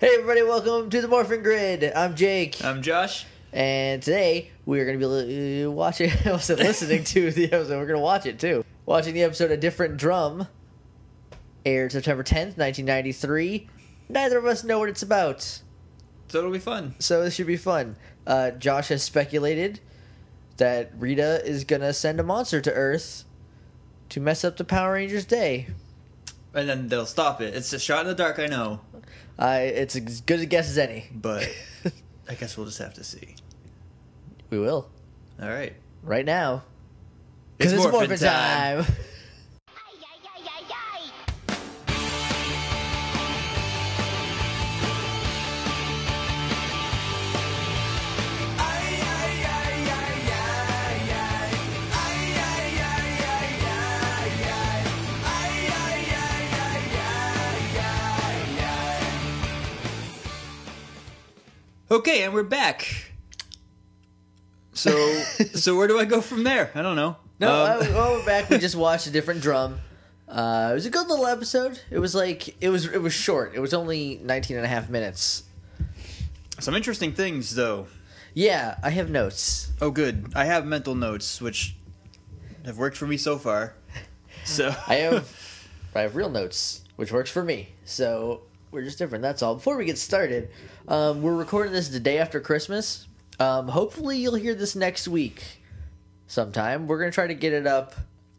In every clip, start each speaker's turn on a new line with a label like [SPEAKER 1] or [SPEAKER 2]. [SPEAKER 1] Hey everybody, welcome to the Morphin Grid. I'm Jake,
[SPEAKER 2] I'm Um, Josh.
[SPEAKER 1] and today we're gonna be li- uh, watching, I was listening to the episode. We're gonna watch it too. Watching the episode "A Different Drum," aired September 10th, 1993. Neither of us know what it's about,
[SPEAKER 2] So it'll be fun.
[SPEAKER 1] so this should be fun. Uh, Josh has speculated that Rita is gonna send a monster to Earth to mess up the Power Rangers' day.
[SPEAKER 2] And then they'll stop it. It's a shot in the dark, I know,
[SPEAKER 1] Uh, it's as good a guess as any.
[SPEAKER 2] but I guess we'll just have to see.
[SPEAKER 1] we will
[SPEAKER 2] All right.
[SPEAKER 1] right now because it's,
[SPEAKER 2] morphin'
[SPEAKER 1] morphin' time.
[SPEAKER 3] Ay, ay, ay, ay, ay.
[SPEAKER 2] Okay, and we're back. So, so where do I go from there? I don't know.
[SPEAKER 1] No,
[SPEAKER 2] Um,
[SPEAKER 1] I, well, we're back. We just watched a different drum. Uh, it was a good little episode. It was like it was it was short. It was only 19 and a half minutes.
[SPEAKER 2] some interesting things, though.
[SPEAKER 1] Yeah, I have notes.
[SPEAKER 2] Oh, good. I have mental notes, which have worked for me so far. So
[SPEAKER 1] I have I have real notes, which works for me. So we're just different. That's all. Before we get started, um, we're recording this the day after Christmas. Um, hopefully, you'll hear this next week sometime. We're gonna try to get it up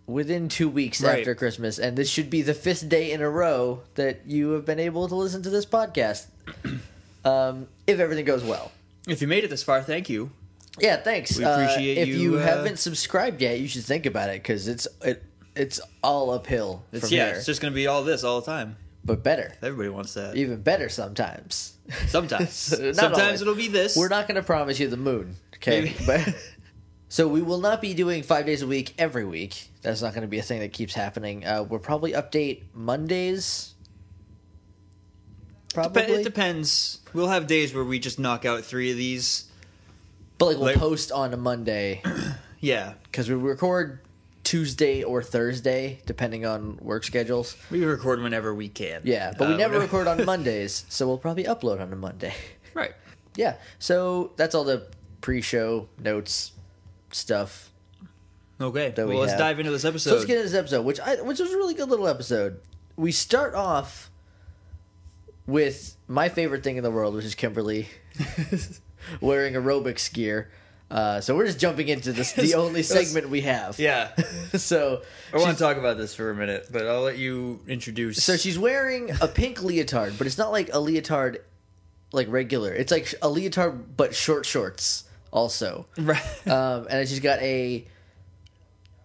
[SPEAKER 1] within two weeks
[SPEAKER 2] Right.
[SPEAKER 1] after Christmas, and this should be the fifth day in a row that you have been able to listen to this podcast. um, if everything goes well.
[SPEAKER 2] if you made it this far, thank you.
[SPEAKER 1] Yeah, thanks.
[SPEAKER 2] We
[SPEAKER 1] Uh,
[SPEAKER 2] appreciate
[SPEAKER 1] if
[SPEAKER 2] you,
[SPEAKER 1] you
[SPEAKER 2] uh,
[SPEAKER 1] haven't subscribed yet, you should think about it because it's it, it's all uphill
[SPEAKER 2] It's,
[SPEAKER 1] from
[SPEAKER 2] yeah,
[SPEAKER 1] here,
[SPEAKER 2] it's just gonna be all this all the time.
[SPEAKER 1] but better.
[SPEAKER 2] Everybody wants that.
[SPEAKER 1] even better sometimes.
[SPEAKER 2] Sometimes,
[SPEAKER 1] Not
[SPEAKER 2] sometimes
[SPEAKER 1] always.
[SPEAKER 2] it'll be this.
[SPEAKER 1] We're not going to promise you the moon, okay?
[SPEAKER 2] Maybe.
[SPEAKER 1] But so we will not be doing five days a week every week. That's not going to be a thing that keeps happening. Uh, we'll probably update Mondays. Probably,
[SPEAKER 2] Dep- it depends. We'll have days where we just knock out three of these.
[SPEAKER 1] but like we'll
[SPEAKER 2] like-
[SPEAKER 1] post on a Monday
[SPEAKER 2] Yeah,
[SPEAKER 1] because we record Tuesday or Thursday, depending on work schedules.
[SPEAKER 2] we record whenever we can.
[SPEAKER 1] Yeah, but we
[SPEAKER 2] Uh,
[SPEAKER 1] never
[SPEAKER 2] whenever-
[SPEAKER 1] record on Mondays, so we'll probably upload on a Monday.
[SPEAKER 2] right.
[SPEAKER 1] yeah so that's all the pre-show notes stuff
[SPEAKER 2] Okay.
[SPEAKER 1] we
[SPEAKER 2] well, let's
[SPEAKER 1] have.
[SPEAKER 2] dive into this episode.
[SPEAKER 1] so let's get into this episode which i which was a really good little episode we start off with my favorite thing in the world which is kimberly wearing aerobics gear uh, so we're just jumping into this the only
[SPEAKER 2] It was-
[SPEAKER 1] segment we have
[SPEAKER 2] yeah,
[SPEAKER 1] so
[SPEAKER 2] I want to talk about this for a minute, but I'll let you introduce.
[SPEAKER 1] So she's wearing a pink leotard, but it's not like a leotard, like regular. It's like a leotard, but short shorts also.
[SPEAKER 2] Right.
[SPEAKER 1] Um, and she's got a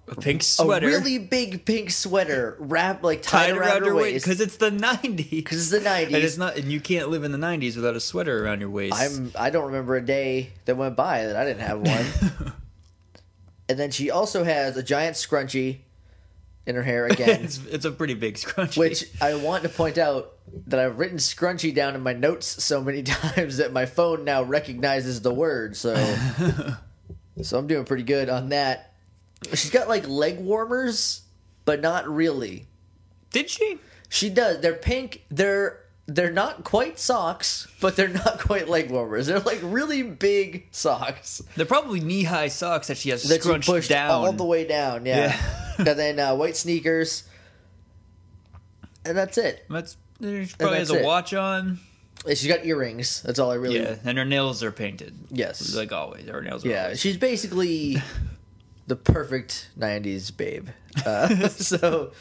[SPEAKER 2] a pink
[SPEAKER 1] a
[SPEAKER 2] sweater
[SPEAKER 1] really big pink sweater wrapped like tied,
[SPEAKER 2] tied
[SPEAKER 1] around, her waist.
[SPEAKER 2] because it's the nineties. Because
[SPEAKER 1] it's the 90s.
[SPEAKER 2] and it's not. And you can't live in the nineties without a sweater around your waist.
[SPEAKER 1] I'm I don't remember a day that went by that I didn't have one. and then she also has a giant scrunchie in her hair again,
[SPEAKER 2] it's, it's a pretty big scrunchie.
[SPEAKER 1] which I want to point out that I've written scrunchie down in my notes so many times that my phone now recognizes the word. So so I'm doing pretty good on that. She's got like leg warmers, but not really.
[SPEAKER 2] did she?
[SPEAKER 1] She does. They're pink. They're they're not quite socks, but they're not quite leg warmers. They're like really big socks
[SPEAKER 2] They're probably knee high socks that she has
[SPEAKER 1] that you
[SPEAKER 2] scrunched
[SPEAKER 1] push
[SPEAKER 2] down
[SPEAKER 1] all the way down. Yeah.
[SPEAKER 2] Yeah.
[SPEAKER 1] and then uh, white sneakers, and that's it.
[SPEAKER 2] That's she probably
[SPEAKER 1] that's
[SPEAKER 2] has a
[SPEAKER 1] it.
[SPEAKER 2] watch on.
[SPEAKER 1] And she's got earrings. That's all I really.
[SPEAKER 2] Yeah, and her nails are painted.
[SPEAKER 1] Yes.
[SPEAKER 2] like always, her nails. Are
[SPEAKER 1] yeah.
[SPEAKER 2] always-
[SPEAKER 1] She's basically the perfect '90s babe. Uh, so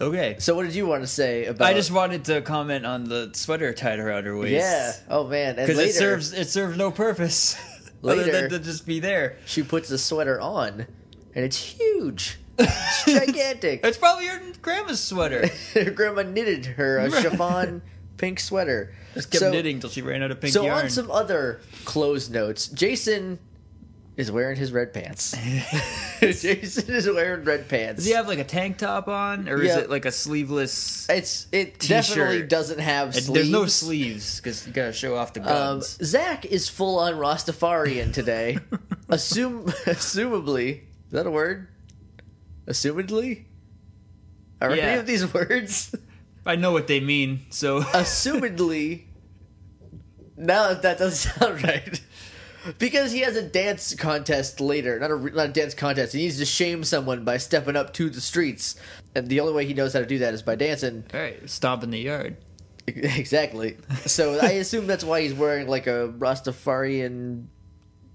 [SPEAKER 2] Okay.
[SPEAKER 1] so what did you want to say about?
[SPEAKER 2] I just wanted to comment on the sweater tied around her waist.
[SPEAKER 1] yeah. Oh man. And
[SPEAKER 2] because
[SPEAKER 1] later
[SPEAKER 2] it serves it serves no purpose other
[SPEAKER 1] Later.
[SPEAKER 2] than to just be there.
[SPEAKER 1] she puts the sweater on, and it's huge. It's gigantic.
[SPEAKER 2] It's probably your grandma's sweater.
[SPEAKER 1] her grandma knitted her a chiffon pink sweater.
[SPEAKER 2] Just kept knitting till she ran out of pink
[SPEAKER 1] So
[SPEAKER 2] yarn.
[SPEAKER 1] on some other clothes notes, Jason is wearing his red pants. Jason is wearing red pants.
[SPEAKER 2] Does he have like a tank top on, or
[SPEAKER 1] Yeah.
[SPEAKER 2] is it like a sleeveless?
[SPEAKER 1] it's it
[SPEAKER 2] T-shirt.
[SPEAKER 1] definitely doesn't have
[SPEAKER 2] and
[SPEAKER 1] sleeves.
[SPEAKER 2] There's no sleeves because you gotta show off the
[SPEAKER 1] Um,
[SPEAKER 2] guns.
[SPEAKER 1] Zach is full on Rastafarian today. Assume, assumably, is that a word? Assumedly, are
[SPEAKER 2] Yeah.
[SPEAKER 1] any of these words?
[SPEAKER 2] I know what they mean. So
[SPEAKER 1] assumedly now that that doesn't sound right because he has a dance contest later not a not a dance contest he needs to shame someone by stepping up to the streets and the only way he knows how to do that is by dancing
[SPEAKER 2] all right, stomp in the yard.
[SPEAKER 1] exactly so i assume that's why he's wearing like a rastafarian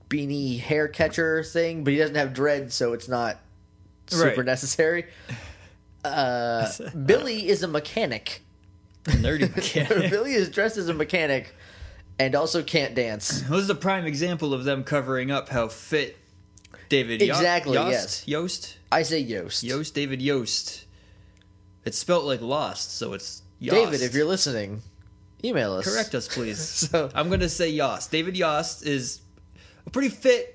[SPEAKER 1] beanie hair catcher thing but he doesn't have dread so it's not super
[SPEAKER 2] Right.
[SPEAKER 1] necessary uh, billy is a mechanic
[SPEAKER 2] Nerdy mechanic.
[SPEAKER 1] Billy is dressed as a mechanic and also can't dance.
[SPEAKER 2] This is a prime example of them covering up how fit David Yo-
[SPEAKER 1] Exactly,
[SPEAKER 2] Yost,
[SPEAKER 1] yes.
[SPEAKER 2] Yost
[SPEAKER 1] I say Yost.
[SPEAKER 2] Yost David Yost. It's spelt like lost, so it's Yost.
[SPEAKER 1] David, if you're listening, email us.
[SPEAKER 2] correct us, please.
[SPEAKER 1] So-
[SPEAKER 2] I'm gonna say Yost. David Yost is a pretty fit,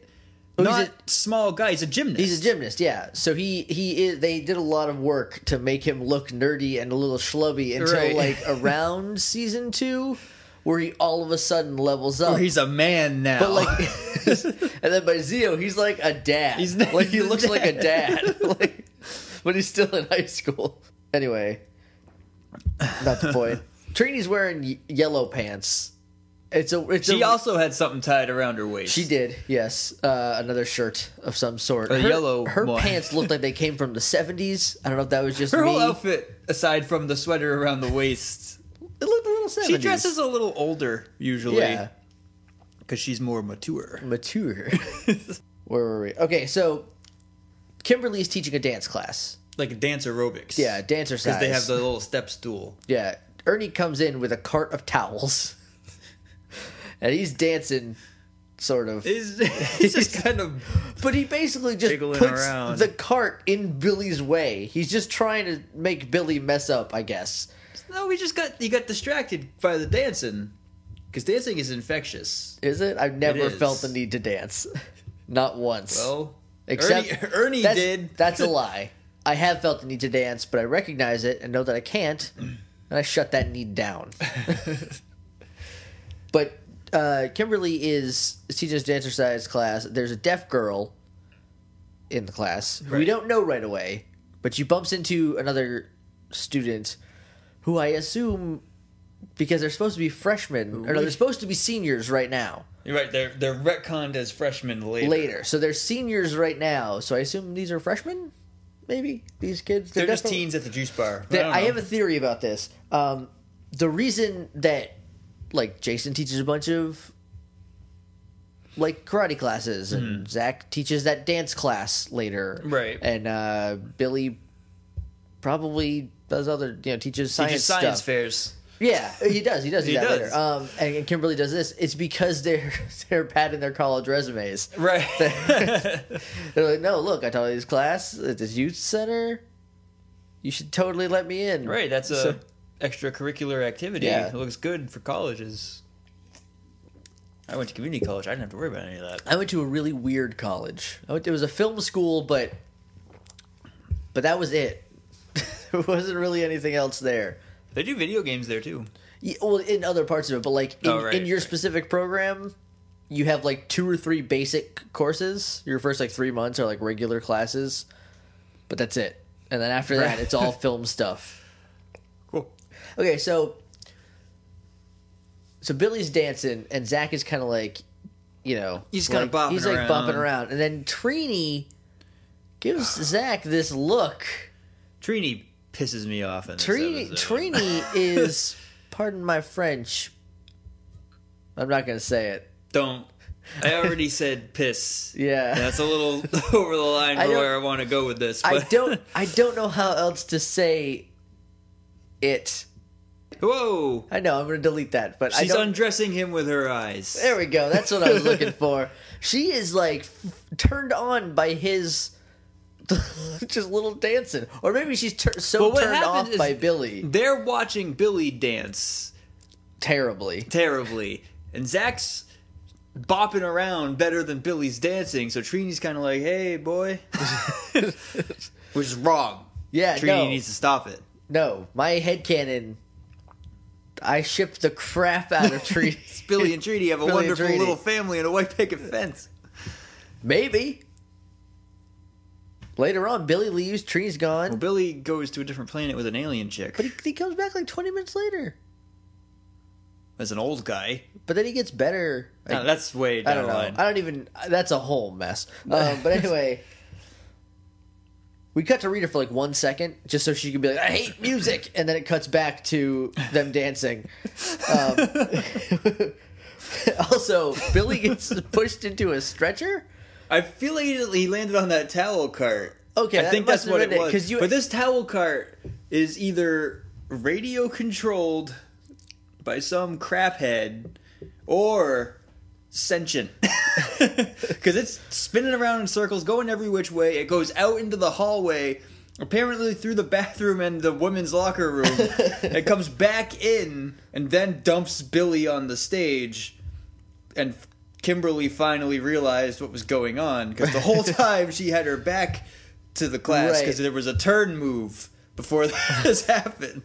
[SPEAKER 1] he's
[SPEAKER 2] not small guy. He's a gymnast.
[SPEAKER 1] He's a gymnast, yeah. So he he is. They did a lot of work to make him look nerdy and a little schlubby until
[SPEAKER 2] Right.
[SPEAKER 1] like around season two, where he all of a sudden levels up.
[SPEAKER 2] Or he's a man now.
[SPEAKER 1] but like, and then by Zio, he's like a dad.
[SPEAKER 2] He's-
[SPEAKER 1] like he
[SPEAKER 2] he's a
[SPEAKER 1] looks like a dad. like, but he's still in high school. Anyway, not the point. Trini's wearing y- yellow pants. It's a. It's
[SPEAKER 2] she
[SPEAKER 1] a,
[SPEAKER 2] also had something tied around her waist.
[SPEAKER 1] She did, yes. Uh, another shirt of some sort.
[SPEAKER 2] A
[SPEAKER 1] her,
[SPEAKER 2] yellow
[SPEAKER 1] Her
[SPEAKER 2] one.
[SPEAKER 1] pants looked like they came from the '70s. I don't know if that was just
[SPEAKER 2] Her
[SPEAKER 1] me.
[SPEAKER 2] whole outfit, aside from the sweater around the waist,
[SPEAKER 1] it looked a little '70s.
[SPEAKER 2] she dresses a little older usually because
[SPEAKER 1] yeah,
[SPEAKER 2] she's more mature.
[SPEAKER 1] mature. Where were we? Okay, so Kimberly is teaching a dance class.
[SPEAKER 2] Like dance aerobics.
[SPEAKER 1] Yeah, dancer size.
[SPEAKER 2] because they have the little step stool.
[SPEAKER 1] Yeah, Ernie comes in with a cart of towels, and he's dancing, sort of.
[SPEAKER 2] Is it's just kind of
[SPEAKER 1] But he basically just
[SPEAKER 2] Jiggling
[SPEAKER 1] puts
[SPEAKER 2] around.
[SPEAKER 1] the cart in Billy's way. He's just trying to make Billy mess up, I guess.
[SPEAKER 2] no. We just got you got distracted by the dancing because dancing is infectious.
[SPEAKER 1] Is it? I've never
[SPEAKER 2] is.
[SPEAKER 1] felt the need to dance. Not once.
[SPEAKER 2] Well,
[SPEAKER 1] Except-
[SPEAKER 2] Ernie, Ernie
[SPEAKER 1] that's,
[SPEAKER 2] did.
[SPEAKER 1] That's a lie. I have felt the need to dance, but I recognize it and know that I can't, and I shut that need down. but uh, Kimberly is teaching us dancer size class. There's a deaf girl in the class who we
[SPEAKER 2] Right.
[SPEAKER 1] don't know right away, but she bumps into another student who I assume because they're supposed to be freshmen or no, they're supposed to be seniors right now
[SPEAKER 2] You're right. They're they're retconned as freshmen later.
[SPEAKER 1] later. So they're seniors right now. So I assume these are freshmen. Maybe these kids.
[SPEAKER 2] They're just
[SPEAKER 1] definitely-
[SPEAKER 2] teens at the juice bar.
[SPEAKER 1] They-
[SPEAKER 2] don't
[SPEAKER 1] I,
[SPEAKER 2] know.
[SPEAKER 1] have a theory about this. Um, the reason that like Jason teaches a bunch of like karate classes and Zach teaches that dance class later,
[SPEAKER 2] Hmm. Right.
[SPEAKER 1] And uh, Billy probably does other you know teaches
[SPEAKER 2] He
[SPEAKER 1] science
[SPEAKER 2] did science
[SPEAKER 1] stuff.
[SPEAKER 2] fairs.
[SPEAKER 1] Yeah, he does. He does do
[SPEAKER 2] He
[SPEAKER 1] that
[SPEAKER 2] does.
[SPEAKER 1] later. Um, and, and Kimberly does this. It's because they're they're padding their college resumes.
[SPEAKER 2] Right.
[SPEAKER 1] They're like, no, look, I taught this class at this youth center. You should totally let me in.
[SPEAKER 2] right. That's a
[SPEAKER 1] So-
[SPEAKER 2] extracurricular activity.
[SPEAKER 1] Yeah.
[SPEAKER 2] It looks good for colleges. I went to community college. I didn't have to worry about any of that.
[SPEAKER 1] I went to a really weird college. I went, it was a film school, but but that was it. there wasn't really anything else there.
[SPEAKER 2] They do video games there too.
[SPEAKER 1] Yeah, well, in other parts of it, but like in,
[SPEAKER 2] Oh, right,
[SPEAKER 1] in your
[SPEAKER 2] right.
[SPEAKER 1] specific program, you have like two or three basic courses. Your first like three months are like regular classes, but that's it. And then after that,
[SPEAKER 2] Right.
[SPEAKER 1] it's all film stuff.
[SPEAKER 2] Cool.
[SPEAKER 1] Okay, so so Billy's dancing and Zach is kind of like, you know,
[SPEAKER 2] He's kinda
[SPEAKER 1] like-
[SPEAKER 2] bopping
[SPEAKER 1] he's like bopping
[SPEAKER 2] around.
[SPEAKER 1] around, and then Trini gives Zach this look.
[SPEAKER 2] Trini pisses me off in this
[SPEAKER 1] Trini,
[SPEAKER 2] episode.
[SPEAKER 1] Trini is, pardon my French, I'm not gonna say it.
[SPEAKER 2] Don't. I already said piss.
[SPEAKER 1] Yeah,
[SPEAKER 2] That's a little over the line
[SPEAKER 1] I
[SPEAKER 2] for
[SPEAKER 1] don't-
[SPEAKER 2] where I want to go with this.
[SPEAKER 1] I
[SPEAKER 2] but-
[SPEAKER 1] don't, I don't know how else to say it.
[SPEAKER 2] Whoa!
[SPEAKER 1] I know I'm gonna delete that, but I
[SPEAKER 2] She's
[SPEAKER 1] don't,
[SPEAKER 2] undressing him with her eyes.
[SPEAKER 1] There we go. That's what I was looking for. She is like f- turned on by his just little dancing, or maybe she's tur- so
[SPEAKER 2] But what
[SPEAKER 1] turned
[SPEAKER 2] happened
[SPEAKER 1] off
[SPEAKER 2] is-
[SPEAKER 1] by Billy
[SPEAKER 2] They're watching Billy dance
[SPEAKER 1] terribly.
[SPEAKER 2] terribly, and Zach's bopping around better than Billy's dancing. So Trini's kind of like, "Hey, boy," which is wrong.
[SPEAKER 1] Yeah,
[SPEAKER 2] Trini
[SPEAKER 1] no,
[SPEAKER 2] needs to stop it.
[SPEAKER 1] no. My headcanon. I shipped the crap out of trees.
[SPEAKER 2] Billy and Trini have a
[SPEAKER 1] Billy and
[SPEAKER 2] wonderful
[SPEAKER 1] Trini.
[SPEAKER 2] little family and a white picket fence.
[SPEAKER 1] maybe. Later on, Billy leaves. Trini's gone.
[SPEAKER 2] Well, Billy goes to a different planet with an alien chick.
[SPEAKER 1] But he, he comes back like 20 minutes later.
[SPEAKER 2] As an old guy,
[SPEAKER 1] But then he gets better.
[SPEAKER 2] No,
[SPEAKER 1] Like,
[SPEAKER 2] that's way
[SPEAKER 1] I
[SPEAKER 2] down
[SPEAKER 1] don't
[SPEAKER 2] the
[SPEAKER 1] know.
[SPEAKER 2] line.
[SPEAKER 1] I don't even. That's a whole mess. Um, but anyway, we cut to Rita for like one second, just so she could be like, "I hate music," and then it cuts back to them dancing. Um, also, Billy gets pushed into a stretcher.
[SPEAKER 2] I feel like he landed on that towel cart.
[SPEAKER 1] Okay,
[SPEAKER 2] I
[SPEAKER 1] that
[SPEAKER 2] think that's
[SPEAKER 1] must've
[SPEAKER 2] what
[SPEAKER 1] been
[SPEAKER 2] it
[SPEAKER 1] it,
[SPEAKER 2] was.
[SPEAKER 1] 'cause you-
[SPEAKER 2] but this towel cart is either radio controlled by some craphead or sentient, because it's spinning around in circles, going every which way. It goes out into the hallway, apparently through the bathroom and the women's locker room. it comes back in and then dumps Billy on the stage and Kimberly finally realized what was going on because the whole time she had her back to the class because
[SPEAKER 1] Right.
[SPEAKER 2] there was a turn move before this happened.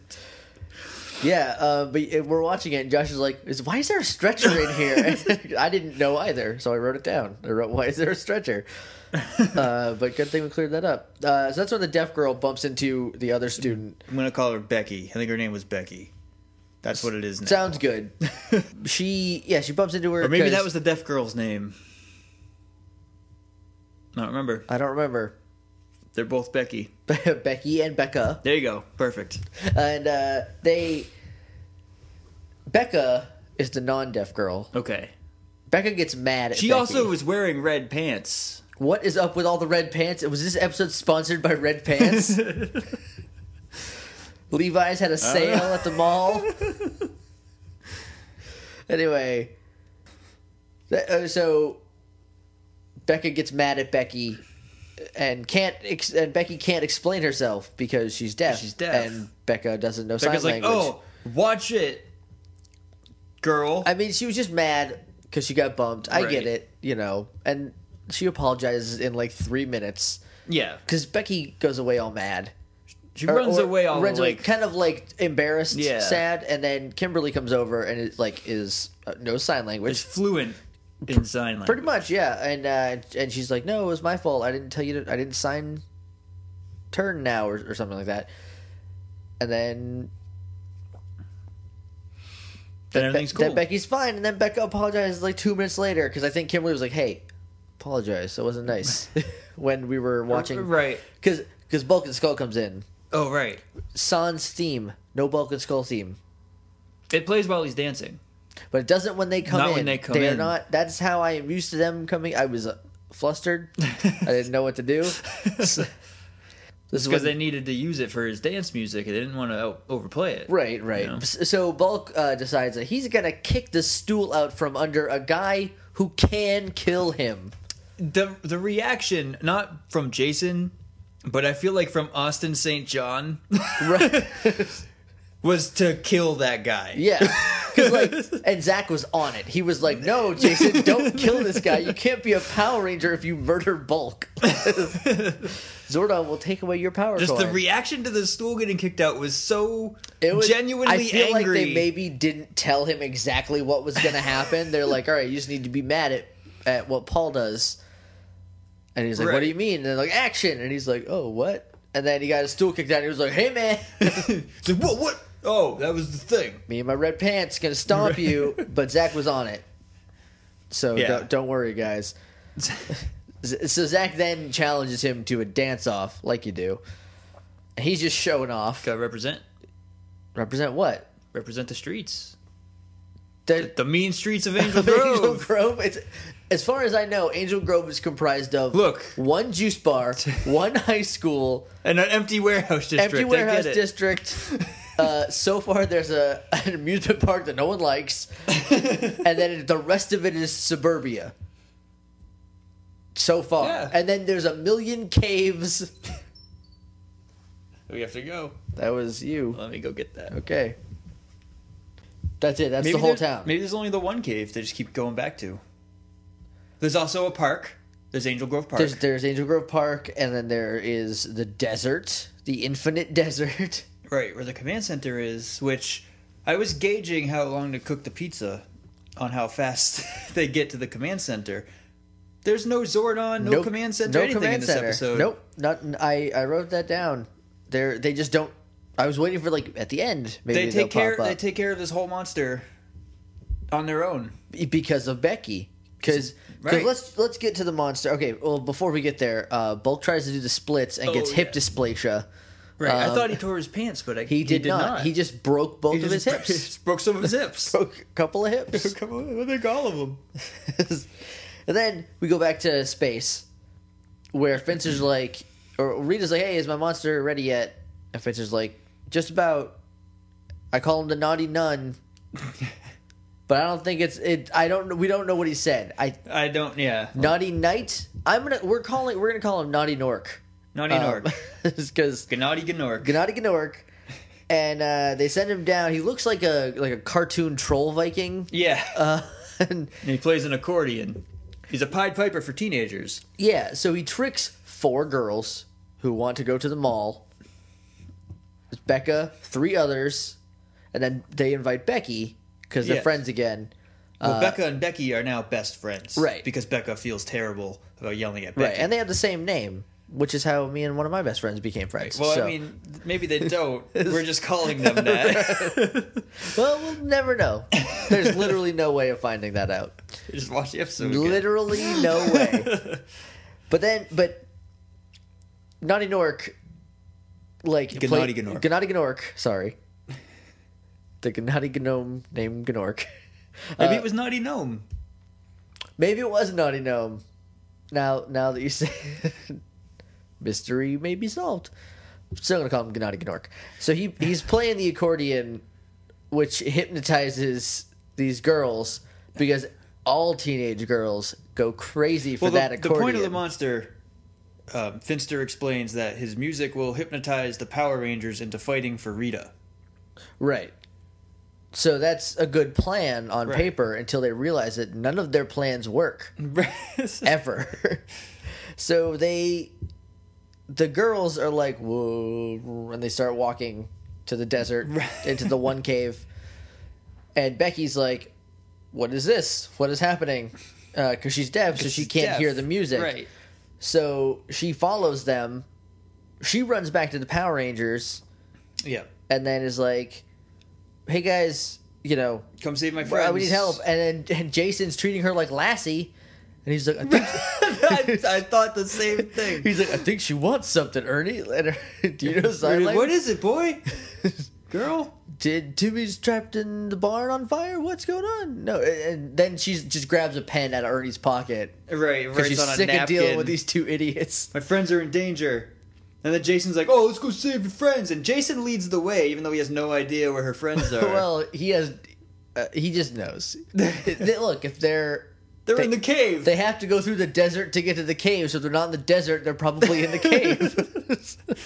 [SPEAKER 1] Yeah, uh, but it- we're watching it, and Josh is like, is, "Why is there a stretcher in here?" I didn't know either, so I wrote it down. I wrote, "Why is there a stretcher?" uh, but good thing we cleared that up. Uh, so that's when the deaf girl bumps into the other student.
[SPEAKER 2] I'm gonna call her Becky. I think her name was Becky. That's what it is now.
[SPEAKER 1] Sounds good. she, yeah, she bumps into her.
[SPEAKER 2] or maybe
[SPEAKER 1] 'cause-
[SPEAKER 2] that was the deaf girl's name. I don't remember.
[SPEAKER 1] I don't remember.
[SPEAKER 2] They're both Becky.
[SPEAKER 1] Becky and Becca,
[SPEAKER 2] There you go. Perfect.
[SPEAKER 1] and uh, they. Becca is the non-deaf girl.
[SPEAKER 2] Okay.
[SPEAKER 1] Becca gets mad at.
[SPEAKER 2] She
[SPEAKER 1] Becky.
[SPEAKER 2] also was wearing red pants.
[SPEAKER 1] What is up with all the red pants? Was this episode sponsored by Red Pants? Levi's
[SPEAKER 2] Oh.
[SPEAKER 1] had a sale
[SPEAKER 2] know.
[SPEAKER 1] at the mall. anyway, that- uh, so Becca gets mad at Becky and can't ex- and Becky can't explain herself because she's deaf.
[SPEAKER 2] She's deaf.
[SPEAKER 1] and Becca doesn't know
[SPEAKER 2] Becca's
[SPEAKER 1] sign
[SPEAKER 2] like,
[SPEAKER 1] language.
[SPEAKER 2] oh, watch it, girl.
[SPEAKER 1] I mean, she was just mad because she got bumped. I
[SPEAKER 2] Right.
[SPEAKER 1] get it, you know, and she apologizes in like three minutes.
[SPEAKER 2] yeah.
[SPEAKER 1] because Becky goes away all mad.
[SPEAKER 2] She
[SPEAKER 1] Or-
[SPEAKER 2] runs
[SPEAKER 1] or
[SPEAKER 2] away all
[SPEAKER 1] runs away
[SPEAKER 2] like
[SPEAKER 1] kind of like embarrassed,
[SPEAKER 2] Yeah.
[SPEAKER 1] sad, and then Kimberly comes over and it like is uh, no sign language,
[SPEAKER 2] It's fluent in sign language.
[SPEAKER 1] pretty much, yeah. And uh, and she's like, "No, it was my fault. I didn't tell you. To, I didn't sign turn now or, or something like that." And then
[SPEAKER 2] Then everything's
[SPEAKER 1] Be- then
[SPEAKER 2] cool.
[SPEAKER 1] Becky's fine, and then Becca apologizes like two minutes later because I think Kimberly was like, "Hey, apologize. That wasn't nice." when we were watching,
[SPEAKER 2] Right.
[SPEAKER 1] Because because Bulk and Skull comes in.
[SPEAKER 2] Oh, right.
[SPEAKER 1] Sans theme, no Bulk and Skull theme,
[SPEAKER 2] It plays while he's dancing.
[SPEAKER 1] but it doesn't when they come
[SPEAKER 2] Not
[SPEAKER 1] in.
[SPEAKER 2] when they come
[SPEAKER 1] They're
[SPEAKER 2] in.
[SPEAKER 1] not. That's how I am used to them coming. I was uh, flustered. I didn't know what to do. So- this is
[SPEAKER 2] Because
[SPEAKER 1] when,
[SPEAKER 2] they needed to use it for his dance music and they didn't want to out- overplay it.
[SPEAKER 1] right, right.
[SPEAKER 2] know.
[SPEAKER 1] S- So Bulk uh, decides that he's gonna kick the stool out from under a guy who can kill him.
[SPEAKER 2] The, the reaction, not from Jason, but I feel like from Austin St. John,
[SPEAKER 1] Right.
[SPEAKER 2] was to kill that guy.
[SPEAKER 1] Yeah. 'Cause, like, and Zach was on it. He was like, "No, Jason, don't kill this guy. You can't be a Power Ranger if you murder Bulk. Zordon will take away your power."
[SPEAKER 2] Just the
[SPEAKER 1] coin."
[SPEAKER 2] reaction to the stool getting kicked out was so
[SPEAKER 1] It was
[SPEAKER 2] genuinely
[SPEAKER 1] I feel
[SPEAKER 2] angry.
[SPEAKER 1] like they maybe didn't tell him exactly what was going to happen. They're like, "All right, you just need to be mad at at what Paul does." And he's like, "What
[SPEAKER 2] Right.
[SPEAKER 1] do you mean?" And they're like, "Action!" And he's like, "Oh, what?" And then he got his stool kicked out. And he was like, "Hey, man,
[SPEAKER 2] It's like, what? What? Oh, that was the thing.
[SPEAKER 1] me and my red pants gonna stomp you." But Zach was on it, so
[SPEAKER 2] Yeah.
[SPEAKER 1] don't, don't worry, guys. Z- so Zach then challenges him to a dance off, like you do. And he's just showing off.
[SPEAKER 2] Gotta represent,
[SPEAKER 1] Represent what?
[SPEAKER 2] represent the streets,
[SPEAKER 1] They're-
[SPEAKER 2] the mean streets of Angel
[SPEAKER 1] Angel
[SPEAKER 2] Grove.
[SPEAKER 1] Grove. It's, as far as I know, Angel Grove is comprised of
[SPEAKER 2] Look.
[SPEAKER 1] one juice bar, one high school,
[SPEAKER 2] And an empty warehouse district.
[SPEAKER 1] empty warehouse
[SPEAKER 2] I get it.
[SPEAKER 1] district. Uh, so far, there's a an amusement park that no one likes, and then the rest of it is suburbia. So far,
[SPEAKER 2] Yeah.
[SPEAKER 1] and then there's a million caves.
[SPEAKER 2] We have to go.
[SPEAKER 1] That was you.
[SPEAKER 2] Let me go get that.
[SPEAKER 1] Okay, that's it. That's the whole
[SPEAKER 2] there's-
[SPEAKER 1] town.
[SPEAKER 2] Maybe there's only the one cave they just keep going back to. There's also a park. There's Angel Grove Park.
[SPEAKER 1] There's there's Angel Grove Park, and then there is the desert, the infinite desert.
[SPEAKER 2] right, where the command center is, which I was gauging how long to cook the pizza on how fast they get to the command center. There's no Zordon, no
[SPEAKER 1] Nope.
[SPEAKER 2] command center, anything in this episode.
[SPEAKER 1] Nope, not. I I wrote that down. They they just don't. I was waiting for like at the end. Maybe
[SPEAKER 2] They take
[SPEAKER 1] they'll
[SPEAKER 2] care.
[SPEAKER 1] Pop
[SPEAKER 2] They
[SPEAKER 1] up
[SPEAKER 2] take care of this whole monster on their own.
[SPEAKER 1] because of Becky. Because
[SPEAKER 2] Right.
[SPEAKER 1] let's let's get to the monster. Okay, well before we get there, uh, Bulk tries to do the splits and
[SPEAKER 2] Oh,
[SPEAKER 1] gets hip
[SPEAKER 2] yeah.
[SPEAKER 1] dysplasia.
[SPEAKER 2] Right. I
[SPEAKER 1] Um,
[SPEAKER 2] thought he tore his pants, but I,
[SPEAKER 1] He did, not. He just broke both
[SPEAKER 2] He
[SPEAKER 1] of his
[SPEAKER 2] just
[SPEAKER 1] hips.
[SPEAKER 2] broke some of his hips.
[SPEAKER 1] broke a couple of hips.
[SPEAKER 2] Come on, I think all of them.
[SPEAKER 1] and then we go back to space, where Fincher's like, or Rita's like, "Hey, is my monster ready yet?" And Fincher's like, "Just about." I call him the naughty nun, but I don't think it's it. I don't. know- We don't know what he said. I
[SPEAKER 2] I don't. Yeah.
[SPEAKER 1] naughty knight. I'm gonna. We're calling. We're gonna call him naughty nork. Uh, Um,
[SPEAKER 2] Naughty Norg.
[SPEAKER 1] because
[SPEAKER 2] Gennady Gnorg.
[SPEAKER 1] Gennady Gnork. And uh, they send him down. He looks like a like a cartoon troll Viking.
[SPEAKER 2] yeah.
[SPEAKER 1] Uh, and
[SPEAKER 2] and he plays an accordion. He's a Pied Piper for teenagers.
[SPEAKER 1] Yeah, so he tricks four girls who want to go to the mall. It's Becca, three others, and then they invite Becky because they're
[SPEAKER 2] Yes.
[SPEAKER 1] friends again.
[SPEAKER 2] Well, Becca and Becky are now best friends.
[SPEAKER 1] Uh, Right.
[SPEAKER 2] Because Becca feels terrible about yelling at Becky.
[SPEAKER 1] Right, and they have the same name, which is how me and one of my best friends became friends.
[SPEAKER 2] well,
[SPEAKER 1] so-
[SPEAKER 2] I mean, maybe they don't. We're just calling them that.
[SPEAKER 1] well, we'll never know. There's literally no way of finding that out.
[SPEAKER 2] just watch the episode. again.
[SPEAKER 1] Literally no way. But then, but Naughty Nork, like
[SPEAKER 2] Gennady
[SPEAKER 1] played-
[SPEAKER 2] Gnork.
[SPEAKER 1] Gennady Gnork, sorry, the Gennady gnome named Gnork. uh,
[SPEAKER 2] Maybe it was Naughty Gnome.
[SPEAKER 1] Maybe it was Naughty Gnome. Now, now that you say, mystery may be solved. I'm still gonna call him Gennady Gnork. So he he's playing the accordion, which hypnotizes these girls because all teenage girls go crazy for
[SPEAKER 2] Well, the,
[SPEAKER 1] that
[SPEAKER 2] the
[SPEAKER 1] accordion.
[SPEAKER 2] point of the monster, um, Finster explains that his music will hypnotize the Power Rangers into fighting for Rita.
[SPEAKER 1] Right. So that's a good plan on
[SPEAKER 2] Right.
[SPEAKER 1] paper until they realize that none of their plans work ever. so they the girls are like whoa and they start walking to the desert into the one cave and becky's like what is this what is happening because she's deaf so she can't
[SPEAKER 2] Deaf.
[SPEAKER 1] hear the music
[SPEAKER 2] Right.
[SPEAKER 1] so she follows them she runs back to the power rangers
[SPEAKER 2] Yeah.
[SPEAKER 1] and then is like, "Hey guys, you know,
[SPEAKER 2] Come save my friends.
[SPEAKER 1] we need help." And then and Jason's treating her like Lassie, and he's like, I
[SPEAKER 2] I,
[SPEAKER 1] think,
[SPEAKER 2] I thought the same thing.
[SPEAKER 1] "He's like, I think she wants something, Ernie." And her, do you know Sideline?
[SPEAKER 2] what is it, boy? Girl?
[SPEAKER 1] Did Timmy's trapped in the barn on fire? What's going on? No, and then she just grabs a pen out of Ernie's pocket
[SPEAKER 2] Right,
[SPEAKER 1] because
[SPEAKER 2] right.
[SPEAKER 1] she's
[SPEAKER 2] on a
[SPEAKER 1] sick of
[SPEAKER 2] napkin.
[SPEAKER 1] dealing with these two idiots.
[SPEAKER 2] My friends are in danger. And then Jason's like, oh, let's go save your friends. And Jason leads the way, even though he has no idea where her friends are.
[SPEAKER 1] Well, he has, uh, he just knows. They- Look, if they're
[SPEAKER 2] They're
[SPEAKER 1] they-
[SPEAKER 2] in the cave.
[SPEAKER 1] They have to go through the desert to get to the cave, so if they're not in the desert, they're probably in the cave.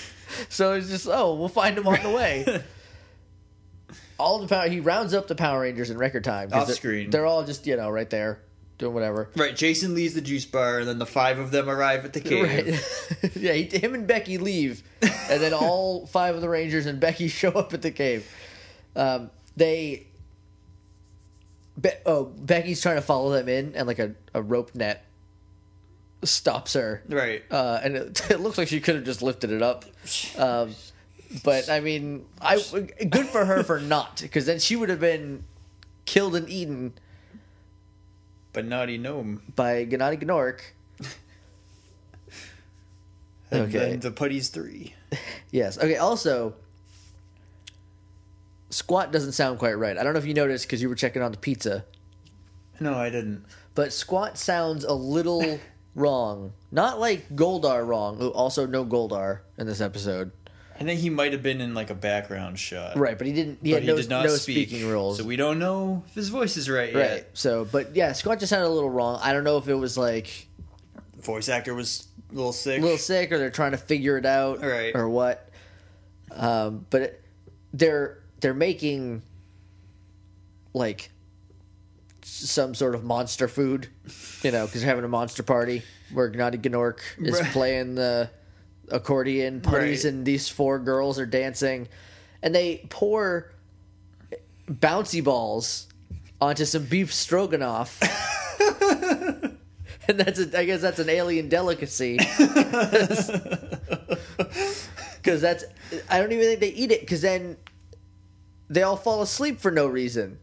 [SPEAKER 1] so it's just, oh, we'll find them on the way. All the power, he rounds up the Power Rangers in record time. 'cause
[SPEAKER 2] Off
[SPEAKER 1] they're-
[SPEAKER 2] screen.
[SPEAKER 1] They're all just, you know, right there, doing whatever.
[SPEAKER 2] right, Jason leaves the juice bar, and then the five of them arrive at the cave.
[SPEAKER 1] Right. yeah, he, him and Becky leave, and then all five of the Rangers and Becky show up at the cave. Um, they. Be- oh, Becky's trying to follow them in, and like a, a rope net stops her.
[SPEAKER 2] Right.
[SPEAKER 1] Uh, and it, it looks like she could have just lifted it up. Um, but I mean, I good for her for not, because then she would have been killed and eaten
[SPEAKER 2] But Naughty Gnome.
[SPEAKER 1] by Gennady Gnork.
[SPEAKER 2] And
[SPEAKER 1] Okay.
[SPEAKER 2] then the putties three.
[SPEAKER 1] Yes. Okay. Also, squat doesn't sound quite right. I don't know if you noticed because you were checking on the pizza,
[SPEAKER 2] No, I didn't.
[SPEAKER 1] but squat sounds a little wrong. Not like Goldar wrong. who Also, no Goldar in this episode.
[SPEAKER 2] I think he might have been in like a background shot.
[SPEAKER 1] Right, but he didn't. He
[SPEAKER 2] But
[SPEAKER 1] had
[SPEAKER 2] he
[SPEAKER 1] no,
[SPEAKER 2] did not
[SPEAKER 1] no
[SPEAKER 2] speak.
[SPEAKER 1] speaking rules.
[SPEAKER 2] So we don't know if his voice is right,
[SPEAKER 1] right.
[SPEAKER 2] yet.
[SPEAKER 1] So, but yeah, squat just sounded a little wrong. I don't know if it was like
[SPEAKER 2] The voice actor was a little sick.
[SPEAKER 1] a little sick or they're trying to figure it out
[SPEAKER 2] Right.
[SPEAKER 1] or what. Um, but it, they're they're making like s- some sort of monster food, you know, because they're having a monster party where Gnadi Gnork is
[SPEAKER 2] Right.
[SPEAKER 1] playing the accordion, putties,
[SPEAKER 2] Right.
[SPEAKER 1] and these four girls are dancing, and they pour bouncy balls onto some beef stroganoff. and that's a, I guess that's an alien delicacy. Because that's I don't even think they eat it. Because then they all fall asleep for no reason.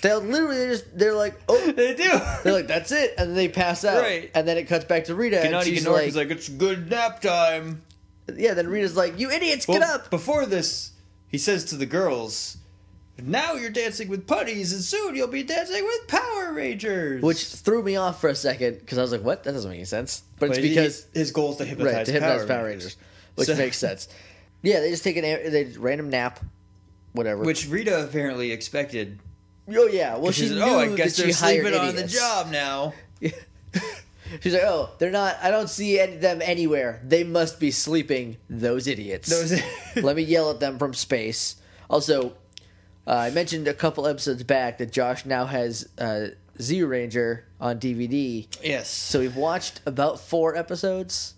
[SPEAKER 1] They'll literally they're just they're like oh
[SPEAKER 2] they do.
[SPEAKER 1] they're like that's it and then they pass out
[SPEAKER 2] Right.
[SPEAKER 1] and then it cuts back to Rita and
[SPEAKER 2] Kanati
[SPEAKER 1] she's
[SPEAKER 2] Gnork
[SPEAKER 1] like,
[SPEAKER 2] is like, it's good nap time.
[SPEAKER 1] yeah then Rita's like you idiots
[SPEAKER 2] Well,
[SPEAKER 1] get up
[SPEAKER 2] Before this, he says to the girls, now you're dancing with putties, and soon you'll be dancing with Power Rangers.
[SPEAKER 1] which threw me off for a second because I was like what that doesn't make any sense but it's
[SPEAKER 2] But he-
[SPEAKER 1] because
[SPEAKER 2] his goal is to hypnotize,
[SPEAKER 1] right to hypnotize
[SPEAKER 2] Power,
[SPEAKER 1] Power Rangers, which
[SPEAKER 2] So-
[SPEAKER 1] makes sense. Yeah, they just take an a- they random nap, whatever.
[SPEAKER 2] Which Rita apparently expected.
[SPEAKER 1] oh yeah, well she
[SPEAKER 2] She said,
[SPEAKER 1] knew
[SPEAKER 2] oh, I guess
[SPEAKER 1] that
[SPEAKER 2] they're
[SPEAKER 1] she hired
[SPEAKER 2] sleeping on the
[SPEAKER 1] idiots."
[SPEAKER 2] job now.
[SPEAKER 1] She's like, oh, they're not. I don't see any, them anywhere. They must be sleeping. Those idiots.
[SPEAKER 2] Those-
[SPEAKER 1] Let me yell at them from space. Also, uh, I mentioned a couple episodes back that Josh now has uh, Z Ranger on DVD,
[SPEAKER 2] Yes.
[SPEAKER 1] so we've watched about four episodes.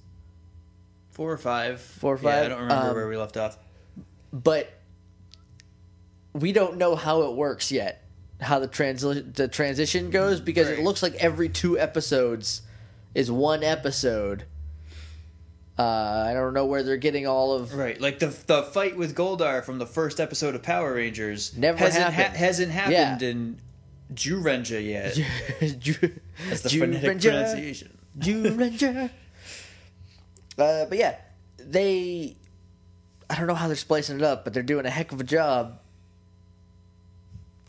[SPEAKER 2] four or five.
[SPEAKER 1] Four or
[SPEAKER 2] Yeah,
[SPEAKER 1] five,
[SPEAKER 2] I don't remember
[SPEAKER 1] um,
[SPEAKER 2] where we left off.
[SPEAKER 1] but we don't know how it works yet how the transi- the transition goes because it
[SPEAKER 2] Right.
[SPEAKER 1] looks like every two episodes is one episode uh, i don't know where they're getting all of
[SPEAKER 2] Right, like the the fight with Goldar from the first episode of Power Rangers
[SPEAKER 1] Never
[SPEAKER 2] hasn't
[SPEAKER 1] happened.
[SPEAKER 2] hasn't happened
[SPEAKER 1] Yeah.
[SPEAKER 2] in Jurenja yet.
[SPEAKER 1] Ju-
[SPEAKER 2] That's the
[SPEAKER 1] Ju-
[SPEAKER 2] phonetic
[SPEAKER 1] Ranger,
[SPEAKER 2] pronunciation.
[SPEAKER 1] Ju- Ranger. uh, but yeah they i don't know how they're splicing it up but they're doing a heck of a job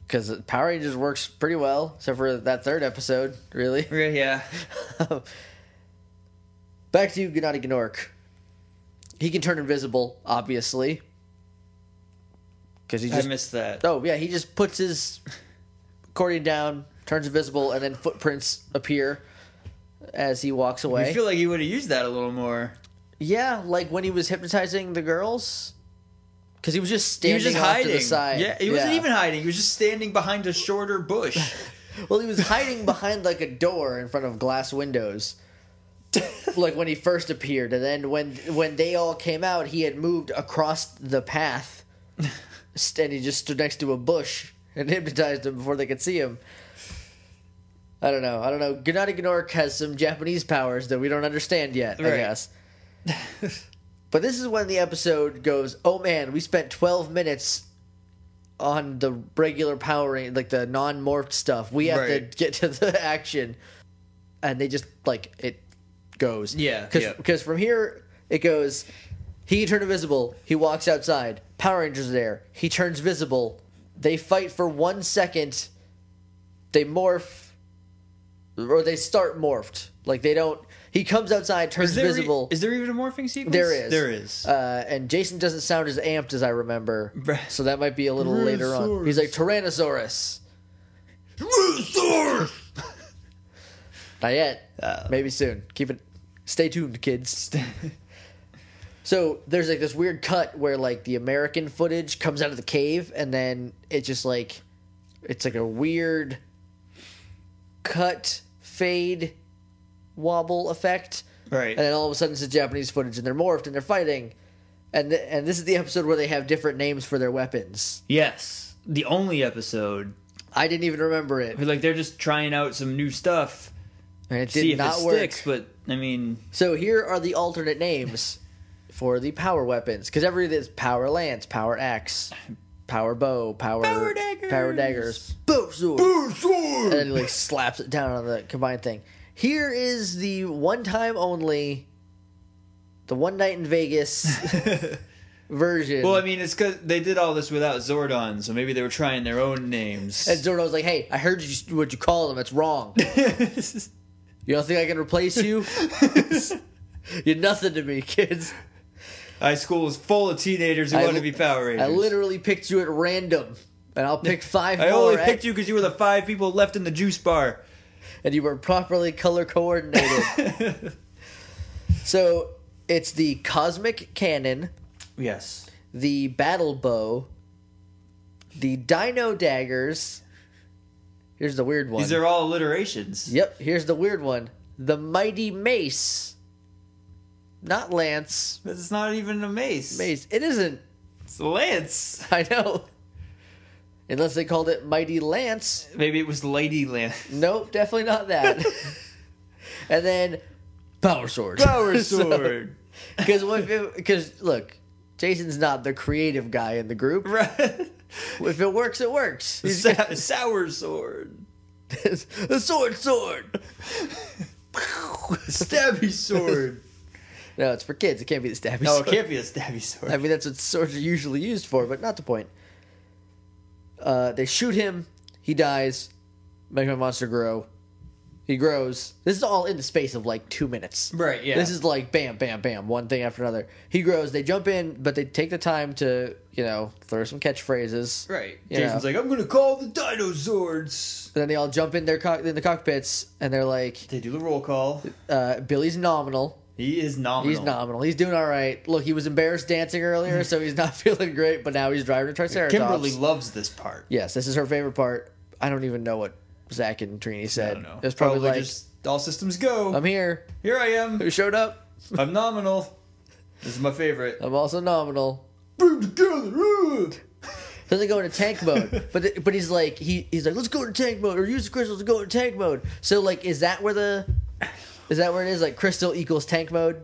[SPEAKER 1] because power rangers works pretty well except for that third episode really
[SPEAKER 2] Yeah, yeah.
[SPEAKER 1] Back to you, Gennady Gnork. He can turn invisible, obviously. Because he
[SPEAKER 2] I
[SPEAKER 1] just.
[SPEAKER 2] missed that.
[SPEAKER 1] Oh, yeah, he just puts his accordion down, turns invisible, and then footprints appear as he walks
[SPEAKER 2] I
[SPEAKER 1] away.
[SPEAKER 2] feel like you would have used that a little more.
[SPEAKER 1] yeah, like when he was hypnotizing the girls. Because he was just
[SPEAKER 2] He
[SPEAKER 1] standing
[SPEAKER 2] was just
[SPEAKER 1] off
[SPEAKER 2] hiding.
[SPEAKER 1] to the side.
[SPEAKER 2] Yeah, he wasn't even hiding. He was just standing behind a shorter bush.
[SPEAKER 1] Well, he was hiding behind like a door in front of glass windows. like when he first appeared and then when when they all came out, he had moved across the path. St- And he just stood next to a bush and hypnotized them before they could see him. I don't know. I don't know. Gennady Gnork has some Japanese powers that we don't understand yet, I
[SPEAKER 2] Right.
[SPEAKER 1] guess. but this is when the episode goes, "Oh man, we spent 12 minutes on the regular Power Ran- like the non-morphed stuff. We have
[SPEAKER 2] Right.
[SPEAKER 1] to get to the action." And they just like it goes.
[SPEAKER 2] Yeah,
[SPEAKER 1] Cuz
[SPEAKER 2] yeah.
[SPEAKER 1] from here it goes he turned invisible. He walks outside. Power Rangers are there. He turns visible. They fight for 1 second. They morph or they start morphed. Like they don't. He comes outside, turns
[SPEAKER 2] Is there, e-,
[SPEAKER 1] visible.
[SPEAKER 2] is there even a morphing sequence?
[SPEAKER 1] there is.
[SPEAKER 2] There is.
[SPEAKER 1] Uh, and Jason doesn't sound as amped as I remember,
[SPEAKER 2] Bruh.
[SPEAKER 1] so that might be a little later on. He's like Tyrannosaurus.
[SPEAKER 2] Tyrannosaurus!
[SPEAKER 1] Not yet. Maybe soon. Keep it. Stay tuned, kids. so there's like this weird cut where like the American footage comes out of the cave, and then it just like it's like a weird cut fade wobble effect.
[SPEAKER 2] Right.
[SPEAKER 1] And then all of a sudden, it's the Japanese footage, and they're morphed and they're fighting. And th- and this is the episode where they have different names for their weapons.
[SPEAKER 2] yes. The only episode.
[SPEAKER 1] I didn't even remember it,
[SPEAKER 2] Like they're just trying out some new stuff.
[SPEAKER 1] and it
[SPEAKER 2] see
[SPEAKER 1] did
[SPEAKER 2] if
[SPEAKER 1] not
[SPEAKER 2] it
[SPEAKER 1] work.
[SPEAKER 2] sticks, but I mean,
[SPEAKER 1] So here are the alternate names for the power weapons, because every is power lance, power axe, power bow, power
[SPEAKER 2] Power daggers.
[SPEAKER 1] power daggers, bow sword, and then he like slaps it down on the combined thing. Here is the one time only, the one night in Vegas version.
[SPEAKER 2] Well, I mean, it's because they did all this without Zordon, so maybe they were trying their own names.
[SPEAKER 1] And Zorno's like, "Hey, I heard you what you call them. It's wrong. You don't think I can replace you? You're nothing to me, kids.
[SPEAKER 2] High school is full of teenagers who
[SPEAKER 1] I
[SPEAKER 2] want to
[SPEAKER 1] li-
[SPEAKER 2] be Power Rangers.
[SPEAKER 1] I literally picked you at random, and I'll pick five
[SPEAKER 2] I
[SPEAKER 1] more.
[SPEAKER 2] only
[SPEAKER 1] at-
[SPEAKER 2] picked you because you were the five people left in the juice bar.
[SPEAKER 1] and you were properly color coordinated. so it's the cosmic cannon,
[SPEAKER 2] Yes.
[SPEAKER 1] the battle bow, the dino daggers. Here's the weird one.
[SPEAKER 2] These are all alliterations.
[SPEAKER 1] Yep, here's the weird one. The mighty mace. Not lance.
[SPEAKER 2] It's not even a mace.
[SPEAKER 1] Mace. It isn't.
[SPEAKER 2] It's a lance.
[SPEAKER 1] I know. Unless they called it Mighty Lance.
[SPEAKER 2] Maybe it was Lady Lance.
[SPEAKER 1] Nope, definitely not that. and then Power Sword.
[SPEAKER 2] Power sword.
[SPEAKER 1] Because because look, Jason's not the creative guy in the group.
[SPEAKER 2] Right.
[SPEAKER 1] If it works, it works. He's
[SPEAKER 2] Sou- sour sword.
[SPEAKER 1] a sword, sword.
[SPEAKER 2] Stabby sword.
[SPEAKER 1] No, it's for kids. It can't be the stabby
[SPEAKER 2] No,
[SPEAKER 1] sword.
[SPEAKER 2] it can't be a stabby sword.
[SPEAKER 1] I mean, that's what swords are usually used for, but not the point. Uh, they shoot him. He dies. Make my monster grow. He grows. This is all in the space of like two minutes.
[SPEAKER 2] Right, yeah.
[SPEAKER 1] This is like bam, bam, bam, one thing after another. He grows. They jump in, but they take the time to, you know, throw some catchphrases.
[SPEAKER 2] right.
[SPEAKER 1] You
[SPEAKER 2] Jason's
[SPEAKER 1] know.
[SPEAKER 2] like, I'm gonna call the dinosaurs.
[SPEAKER 1] And then they all jump in their cock in the cockpits, and they're like,
[SPEAKER 2] They do the roll call.
[SPEAKER 1] uh, "Billy's nominal.
[SPEAKER 2] He is nominal.
[SPEAKER 1] He's nominal. He's doing all right. Look, he was embarrassed dancing earlier, so he's not feeling great. But now he's driving a Triceratops.
[SPEAKER 2] Kimberly loves this part.
[SPEAKER 1] Yes, this is her favorite part. I don't even know what Zach and Trini said.
[SPEAKER 2] I don't know.
[SPEAKER 1] It's probably, like,
[SPEAKER 2] Oh,
[SPEAKER 1] Um,
[SPEAKER 2] just all systems go.
[SPEAKER 1] I'm here.
[SPEAKER 2] Here I am.
[SPEAKER 1] Who showed up?
[SPEAKER 2] I'm nominal. This is my favorite.
[SPEAKER 1] I'm also nominal.
[SPEAKER 2] Boom together. ooh.
[SPEAKER 1] Then they go into tank mode, but the, but he's like he he's like let's go into tank mode or use the crystals to go into tank mode. So like is that where the is that where it is like crystal equals tank mode?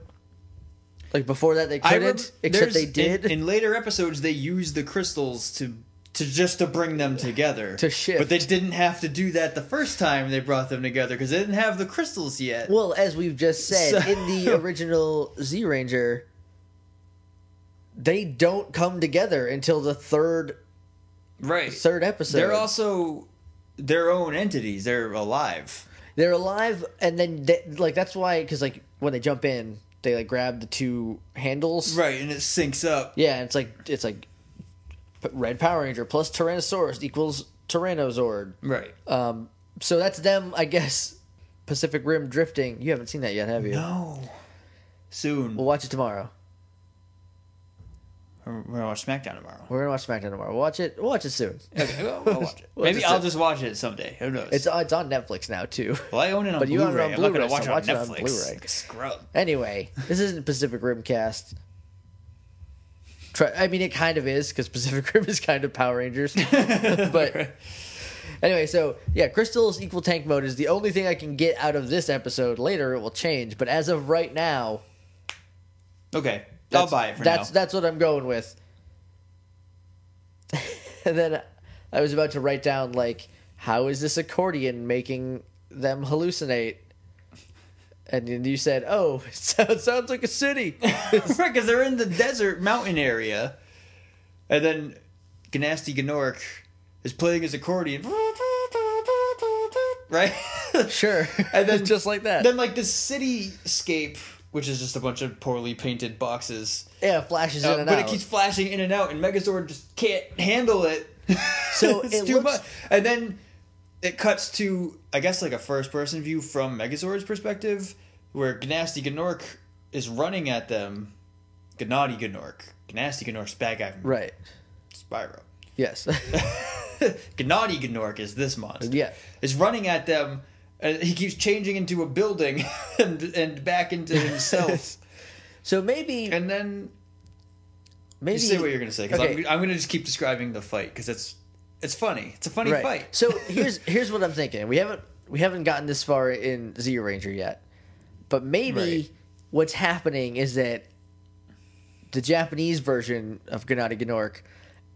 [SPEAKER 1] Like before that they
[SPEAKER 2] I
[SPEAKER 1] couldn't,
[SPEAKER 2] rem-
[SPEAKER 1] except
[SPEAKER 2] there's-
[SPEAKER 1] they did.
[SPEAKER 2] In, in later episodes, they used the crystals to to just to bring them together
[SPEAKER 1] To shift.
[SPEAKER 2] But they didn't have to do that the first time they brought them together because they didn't have the crystals yet.
[SPEAKER 1] well, as we've just said
[SPEAKER 2] So-
[SPEAKER 1] in the original Z Ranger, they don't come together until the third
[SPEAKER 2] right.
[SPEAKER 1] third episode.
[SPEAKER 2] They're also their own entities. They're alive.
[SPEAKER 1] they're alive and then they, like that's why because like when they jump in they like grab the two handles
[SPEAKER 2] Right, and it syncs up.
[SPEAKER 1] yeah it's like it's like p- red power ranger plus tyrannosaurus equals tyrannosaur
[SPEAKER 2] Right.
[SPEAKER 1] um so that's them i guess pacific rim drifting you haven't seen that yet have you
[SPEAKER 2] no. Soon.
[SPEAKER 1] we'll watch it tomorrow
[SPEAKER 2] We're gonna watch SmackDown tomorrow.
[SPEAKER 1] we're gonna watch smackdown tomorrow We'll watch it we'll watch it soon
[SPEAKER 2] Okay, well, I'll watch it.
[SPEAKER 1] Well,
[SPEAKER 2] Maybe
[SPEAKER 1] just
[SPEAKER 2] I'll
[SPEAKER 1] a-
[SPEAKER 2] just watch it someday. Who knows?
[SPEAKER 1] it's it's on netflix now too
[SPEAKER 2] well, I own it on
[SPEAKER 1] but you own it
[SPEAKER 2] Blu-ray.
[SPEAKER 1] on
[SPEAKER 2] I'm not
[SPEAKER 1] Blu-ray,
[SPEAKER 2] gonna watch
[SPEAKER 1] so
[SPEAKER 2] it on
[SPEAKER 1] watch it on
[SPEAKER 2] Netflix.
[SPEAKER 1] Blu-ray.
[SPEAKER 2] Like a Scrub.
[SPEAKER 1] Anyway, this isn't Pacific Rim cast. Try, I mean, it kind of is because Pacific Rim is kind of Power Rangers. but anyway, so yeah, crystals equal tank mode is the only thing I can get out of this episode. Later, it will change, but as of right now,
[SPEAKER 2] Okay, I'll
[SPEAKER 1] that's-
[SPEAKER 2] buy it for
[SPEAKER 1] that's
[SPEAKER 2] now.
[SPEAKER 1] that's what I'm going with. and then I was about to write down like, how is this accordion making them hallucinate? And then you said, "Oh, it sounds, sounds like a city."
[SPEAKER 2] right, because they're in the desert mountain area, and then Ganasty Gnork is playing his accordion. Right,
[SPEAKER 1] Sure.
[SPEAKER 2] and then
[SPEAKER 1] just like that.
[SPEAKER 2] then like this cityscape, which is just a bunch of poorly painted boxes,
[SPEAKER 1] yeah, it flashes
[SPEAKER 2] uh,
[SPEAKER 1] in and
[SPEAKER 2] but
[SPEAKER 1] out.
[SPEAKER 2] it keeps flashing in and out, and Megazord just can't handle it.
[SPEAKER 1] So
[SPEAKER 2] it's
[SPEAKER 1] it
[SPEAKER 2] too
[SPEAKER 1] looks-
[SPEAKER 2] much, and then it cuts to I guess like a first-person view from Megazord's perspective, where Gnasty Gnork is running at them. Gnarty Gnork, Gnasty Gnork's bad guy from
[SPEAKER 1] right.
[SPEAKER 2] Spyro.
[SPEAKER 1] Yes.
[SPEAKER 2] Gnarty Gnork is this monster.
[SPEAKER 1] Yeah.
[SPEAKER 2] is running at them, and he keeps changing into a building and and back into himself,
[SPEAKER 1] so maybe
[SPEAKER 2] and then
[SPEAKER 1] maybe
[SPEAKER 2] You say what you're gonna say because
[SPEAKER 1] Okay.
[SPEAKER 2] I'm, I'm gonna just keep describing the fight because it's it's funny. It's a funny
[SPEAKER 1] right.
[SPEAKER 2] fight.
[SPEAKER 1] So here's here's what I'm thinking. We haven't we haven't gotten this far in Zero Ranger yet. But maybe
[SPEAKER 2] Right.
[SPEAKER 1] what's happening is that the Japanese version of Gennady Gnork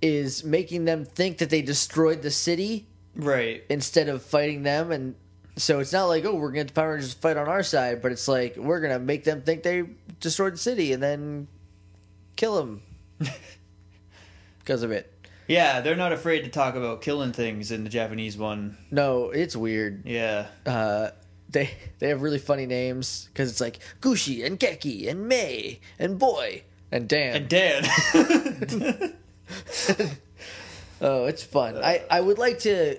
[SPEAKER 1] is making them think that they destroyed the city
[SPEAKER 2] right.
[SPEAKER 1] instead of fighting them and so it's not like oh we're gonna Power Rangers fight on our side, but it's like we're gonna make them think they destroyed the city and then kill them because of it.
[SPEAKER 2] Yeah, they're not afraid to talk about killing things in the Japanese one.
[SPEAKER 1] No, it's weird.
[SPEAKER 2] Yeah.
[SPEAKER 1] Uh, they they have really funny names because it's like Gushi and Geki and May and Boy and Dan.
[SPEAKER 2] And Dan.
[SPEAKER 1] oh, it's fun. I I would like to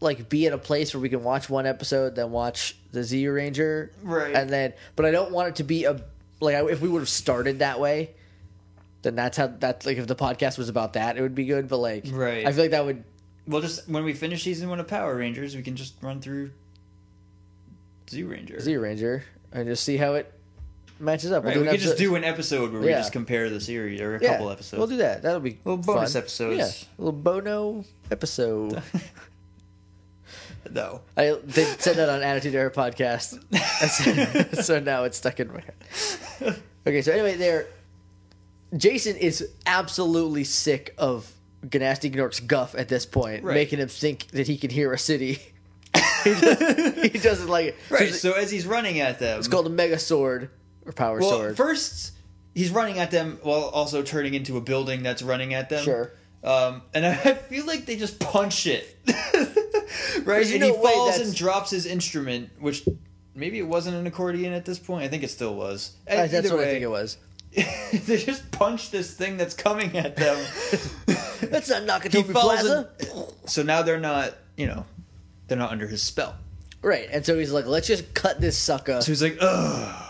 [SPEAKER 1] like be at a place where we can watch one episode, then watch the Z Ranger,
[SPEAKER 2] Right.
[SPEAKER 1] And then, but I don't want it to be a like I, if we would have started that way, then that's how that's like if the podcast was about that, it would be good. But like,
[SPEAKER 2] Right.
[SPEAKER 1] I feel like that would
[SPEAKER 2] well, just when we finish season one of Power Rangers, we can just run through Zoo Ranger.
[SPEAKER 1] Z Ranger and just see how it matches up. We'll
[SPEAKER 2] Right,
[SPEAKER 1] do
[SPEAKER 2] we
[SPEAKER 1] an
[SPEAKER 2] could just
[SPEAKER 1] episode-
[SPEAKER 2] do an episode where we
[SPEAKER 1] Yeah.
[SPEAKER 2] just compare the series or a
[SPEAKER 1] yeah,
[SPEAKER 2] couple episodes.
[SPEAKER 1] We'll do that. That'll be
[SPEAKER 2] Little bonus
[SPEAKER 1] fun.
[SPEAKER 2] episodes.
[SPEAKER 1] Yeah, little bono episode.
[SPEAKER 2] no.
[SPEAKER 1] I they said that on Attitude Era podcast, That's- so now it's stuck in my head. Okay, so anyway, there, Jason is absolutely sick of Ganasty Gnork's guff at this point,
[SPEAKER 2] Right.
[SPEAKER 1] making him think that he can hear a city. he, doesn't, he doesn't like it. So
[SPEAKER 2] Right.
[SPEAKER 1] it's-
[SPEAKER 2] So as he's running at them,
[SPEAKER 1] it's called a Mega Sword or Power
[SPEAKER 2] well,
[SPEAKER 1] Sword.
[SPEAKER 2] first he's running at them while also turning into a building that's running at them.
[SPEAKER 1] Sure.
[SPEAKER 2] Um, and I I feel like they just punch it. right.
[SPEAKER 1] There's
[SPEAKER 2] And
[SPEAKER 1] no
[SPEAKER 2] he
[SPEAKER 1] way
[SPEAKER 2] falls
[SPEAKER 1] that's-
[SPEAKER 2] and drops his instrument, which maybe it wasn't an accordion at this point. I think it still was.
[SPEAKER 1] That's that's what I think it was.
[SPEAKER 2] was. they just punch this thing that's coming at them.
[SPEAKER 1] That's not
[SPEAKER 2] he
[SPEAKER 1] Nakatomi
[SPEAKER 2] falls
[SPEAKER 1] Plaza.
[SPEAKER 2] and- so now they're not, you know, they're not under his spell.
[SPEAKER 1] Right, and so he's like, let's just cut this sucker.
[SPEAKER 2] So he's like, ugh.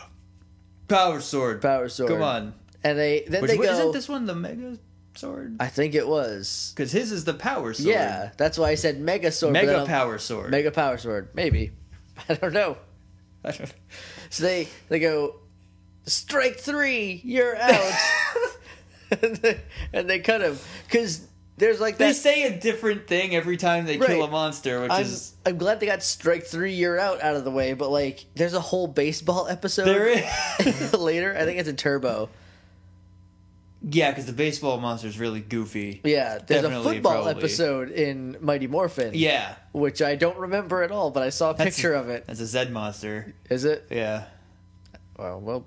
[SPEAKER 2] Power sword.
[SPEAKER 1] Power sword.
[SPEAKER 2] Come on.
[SPEAKER 1] And they then
[SPEAKER 2] Which,
[SPEAKER 1] they
[SPEAKER 2] what-
[SPEAKER 1] go.
[SPEAKER 2] Isn't this one the mega sword?
[SPEAKER 1] I think it was.
[SPEAKER 2] Because his is the power sword.
[SPEAKER 1] Yeah, that's why I said mega sword. but then
[SPEAKER 2] Mega
[SPEAKER 1] I'm-
[SPEAKER 2] power sword.
[SPEAKER 1] Mega power sword, maybe. I don't know.
[SPEAKER 2] I don't-
[SPEAKER 1] So they they go strike three, you're out, and, they, and they cut him because there's like
[SPEAKER 2] they
[SPEAKER 1] that.
[SPEAKER 2] say a different thing every time they kill
[SPEAKER 1] Right.
[SPEAKER 2] a monster, which
[SPEAKER 1] I'm,
[SPEAKER 2] is.
[SPEAKER 1] I'm glad they got strike three, you're out out of the way, but like there's a whole baseball episode
[SPEAKER 2] There is.
[SPEAKER 1] later. I think it's a turbo.
[SPEAKER 2] yeah, because the baseball monster is really goofy.
[SPEAKER 1] Yeah, there's a
[SPEAKER 2] Definitely,
[SPEAKER 1] football
[SPEAKER 2] probably.
[SPEAKER 1] episode in Mighty Morphin.
[SPEAKER 2] Yeah.
[SPEAKER 1] which I don't remember at all, but I saw a
[SPEAKER 2] That's-
[SPEAKER 1] picture of it.
[SPEAKER 2] That's a Z monster.
[SPEAKER 1] Is it?
[SPEAKER 2] Yeah.
[SPEAKER 1] Well, well,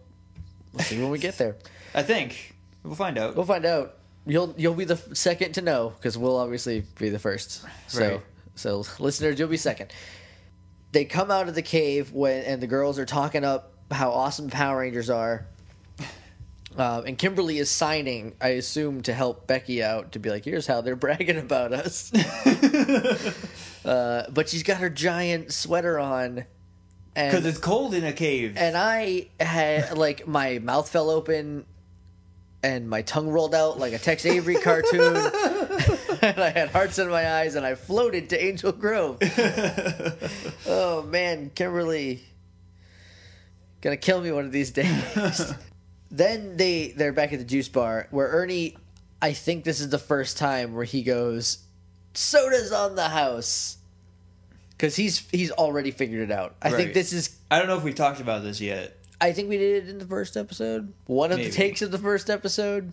[SPEAKER 1] we'll see when we get there.
[SPEAKER 2] I think. We'll find out.
[SPEAKER 1] We'll find out. You'll you'll be the f- second to know because we'll obviously be the first. So
[SPEAKER 2] Right.
[SPEAKER 1] so listeners, you'll be second. They come out of the cave when and the girls are talking up how awesome Power Rangers are. Um, and Kimberly is signing, I assume, to help Becky out to be like, here's how they're bragging about us. uh, but she's got her giant sweater on. and-
[SPEAKER 2] Because it's cold in a cave.
[SPEAKER 1] and I had like my mouth fell open and my tongue rolled out like a Tex Avery cartoon. and I had hearts in my eyes and I floated to Angel Grove. oh man, Kimberly gonna kill me one of these days. then they they're back at the juice bar where Ernie I think this is the first time where he goes soda's on the house. Cuz he's he's already figured it out. I think
[SPEAKER 2] Right.
[SPEAKER 1] this is
[SPEAKER 2] I don't know if we talked about this yet.
[SPEAKER 1] I think we did it in the first episode. One of
[SPEAKER 2] Maybe.
[SPEAKER 1] the takes of the first episode.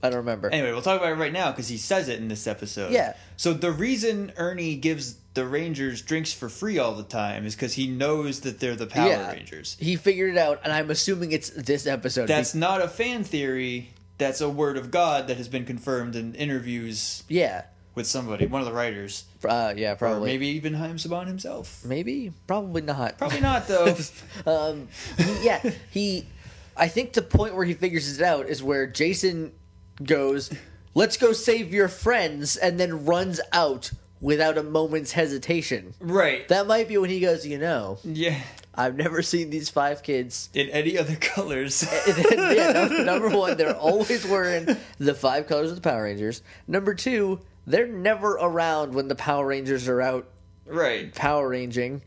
[SPEAKER 1] I don't remember.
[SPEAKER 2] Anyway, we'll talk about it right now because he says it in this episode.
[SPEAKER 1] Yeah.
[SPEAKER 2] So the reason Ernie gives the Rangers drinks for free all the time is because he knows that they're the Power
[SPEAKER 1] Yeah.
[SPEAKER 2] Rangers.
[SPEAKER 1] He figured it out, and I'm assuming it's this episode.
[SPEAKER 2] That's not a fan theory. That's a word of God that has been confirmed in interviews
[SPEAKER 1] Be- yeah,
[SPEAKER 2] with somebody, one of the writers,
[SPEAKER 1] uh, yeah,
[SPEAKER 2] or
[SPEAKER 1] probably,
[SPEAKER 2] maybe even Haim Saban himself.
[SPEAKER 1] Maybe? probably not.
[SPEAKER 2] Probably not though.
[SPEAKER 1] um, he- yeah, he. I think the point where he figures it out is where Jason goes, "Let's go save your friends," and then runs out without a moment's hesitation.
[SPEAKER 2] right.
[SPEAKER 1] That might be when he goes, you know,
[SPEAKER 2] yeah.
[SPEAKER 1] I've never seen these five kids
[SPEAKER 2] In any other colors.
[SPEAKER 1] And then, yeah, num- number one, they're always wearing the five colors of the Power Rangers. Number two, they're never around when the Power Rangers are out
[SPEAKER 2] right.
[SPEAKER 1] Power Ranging.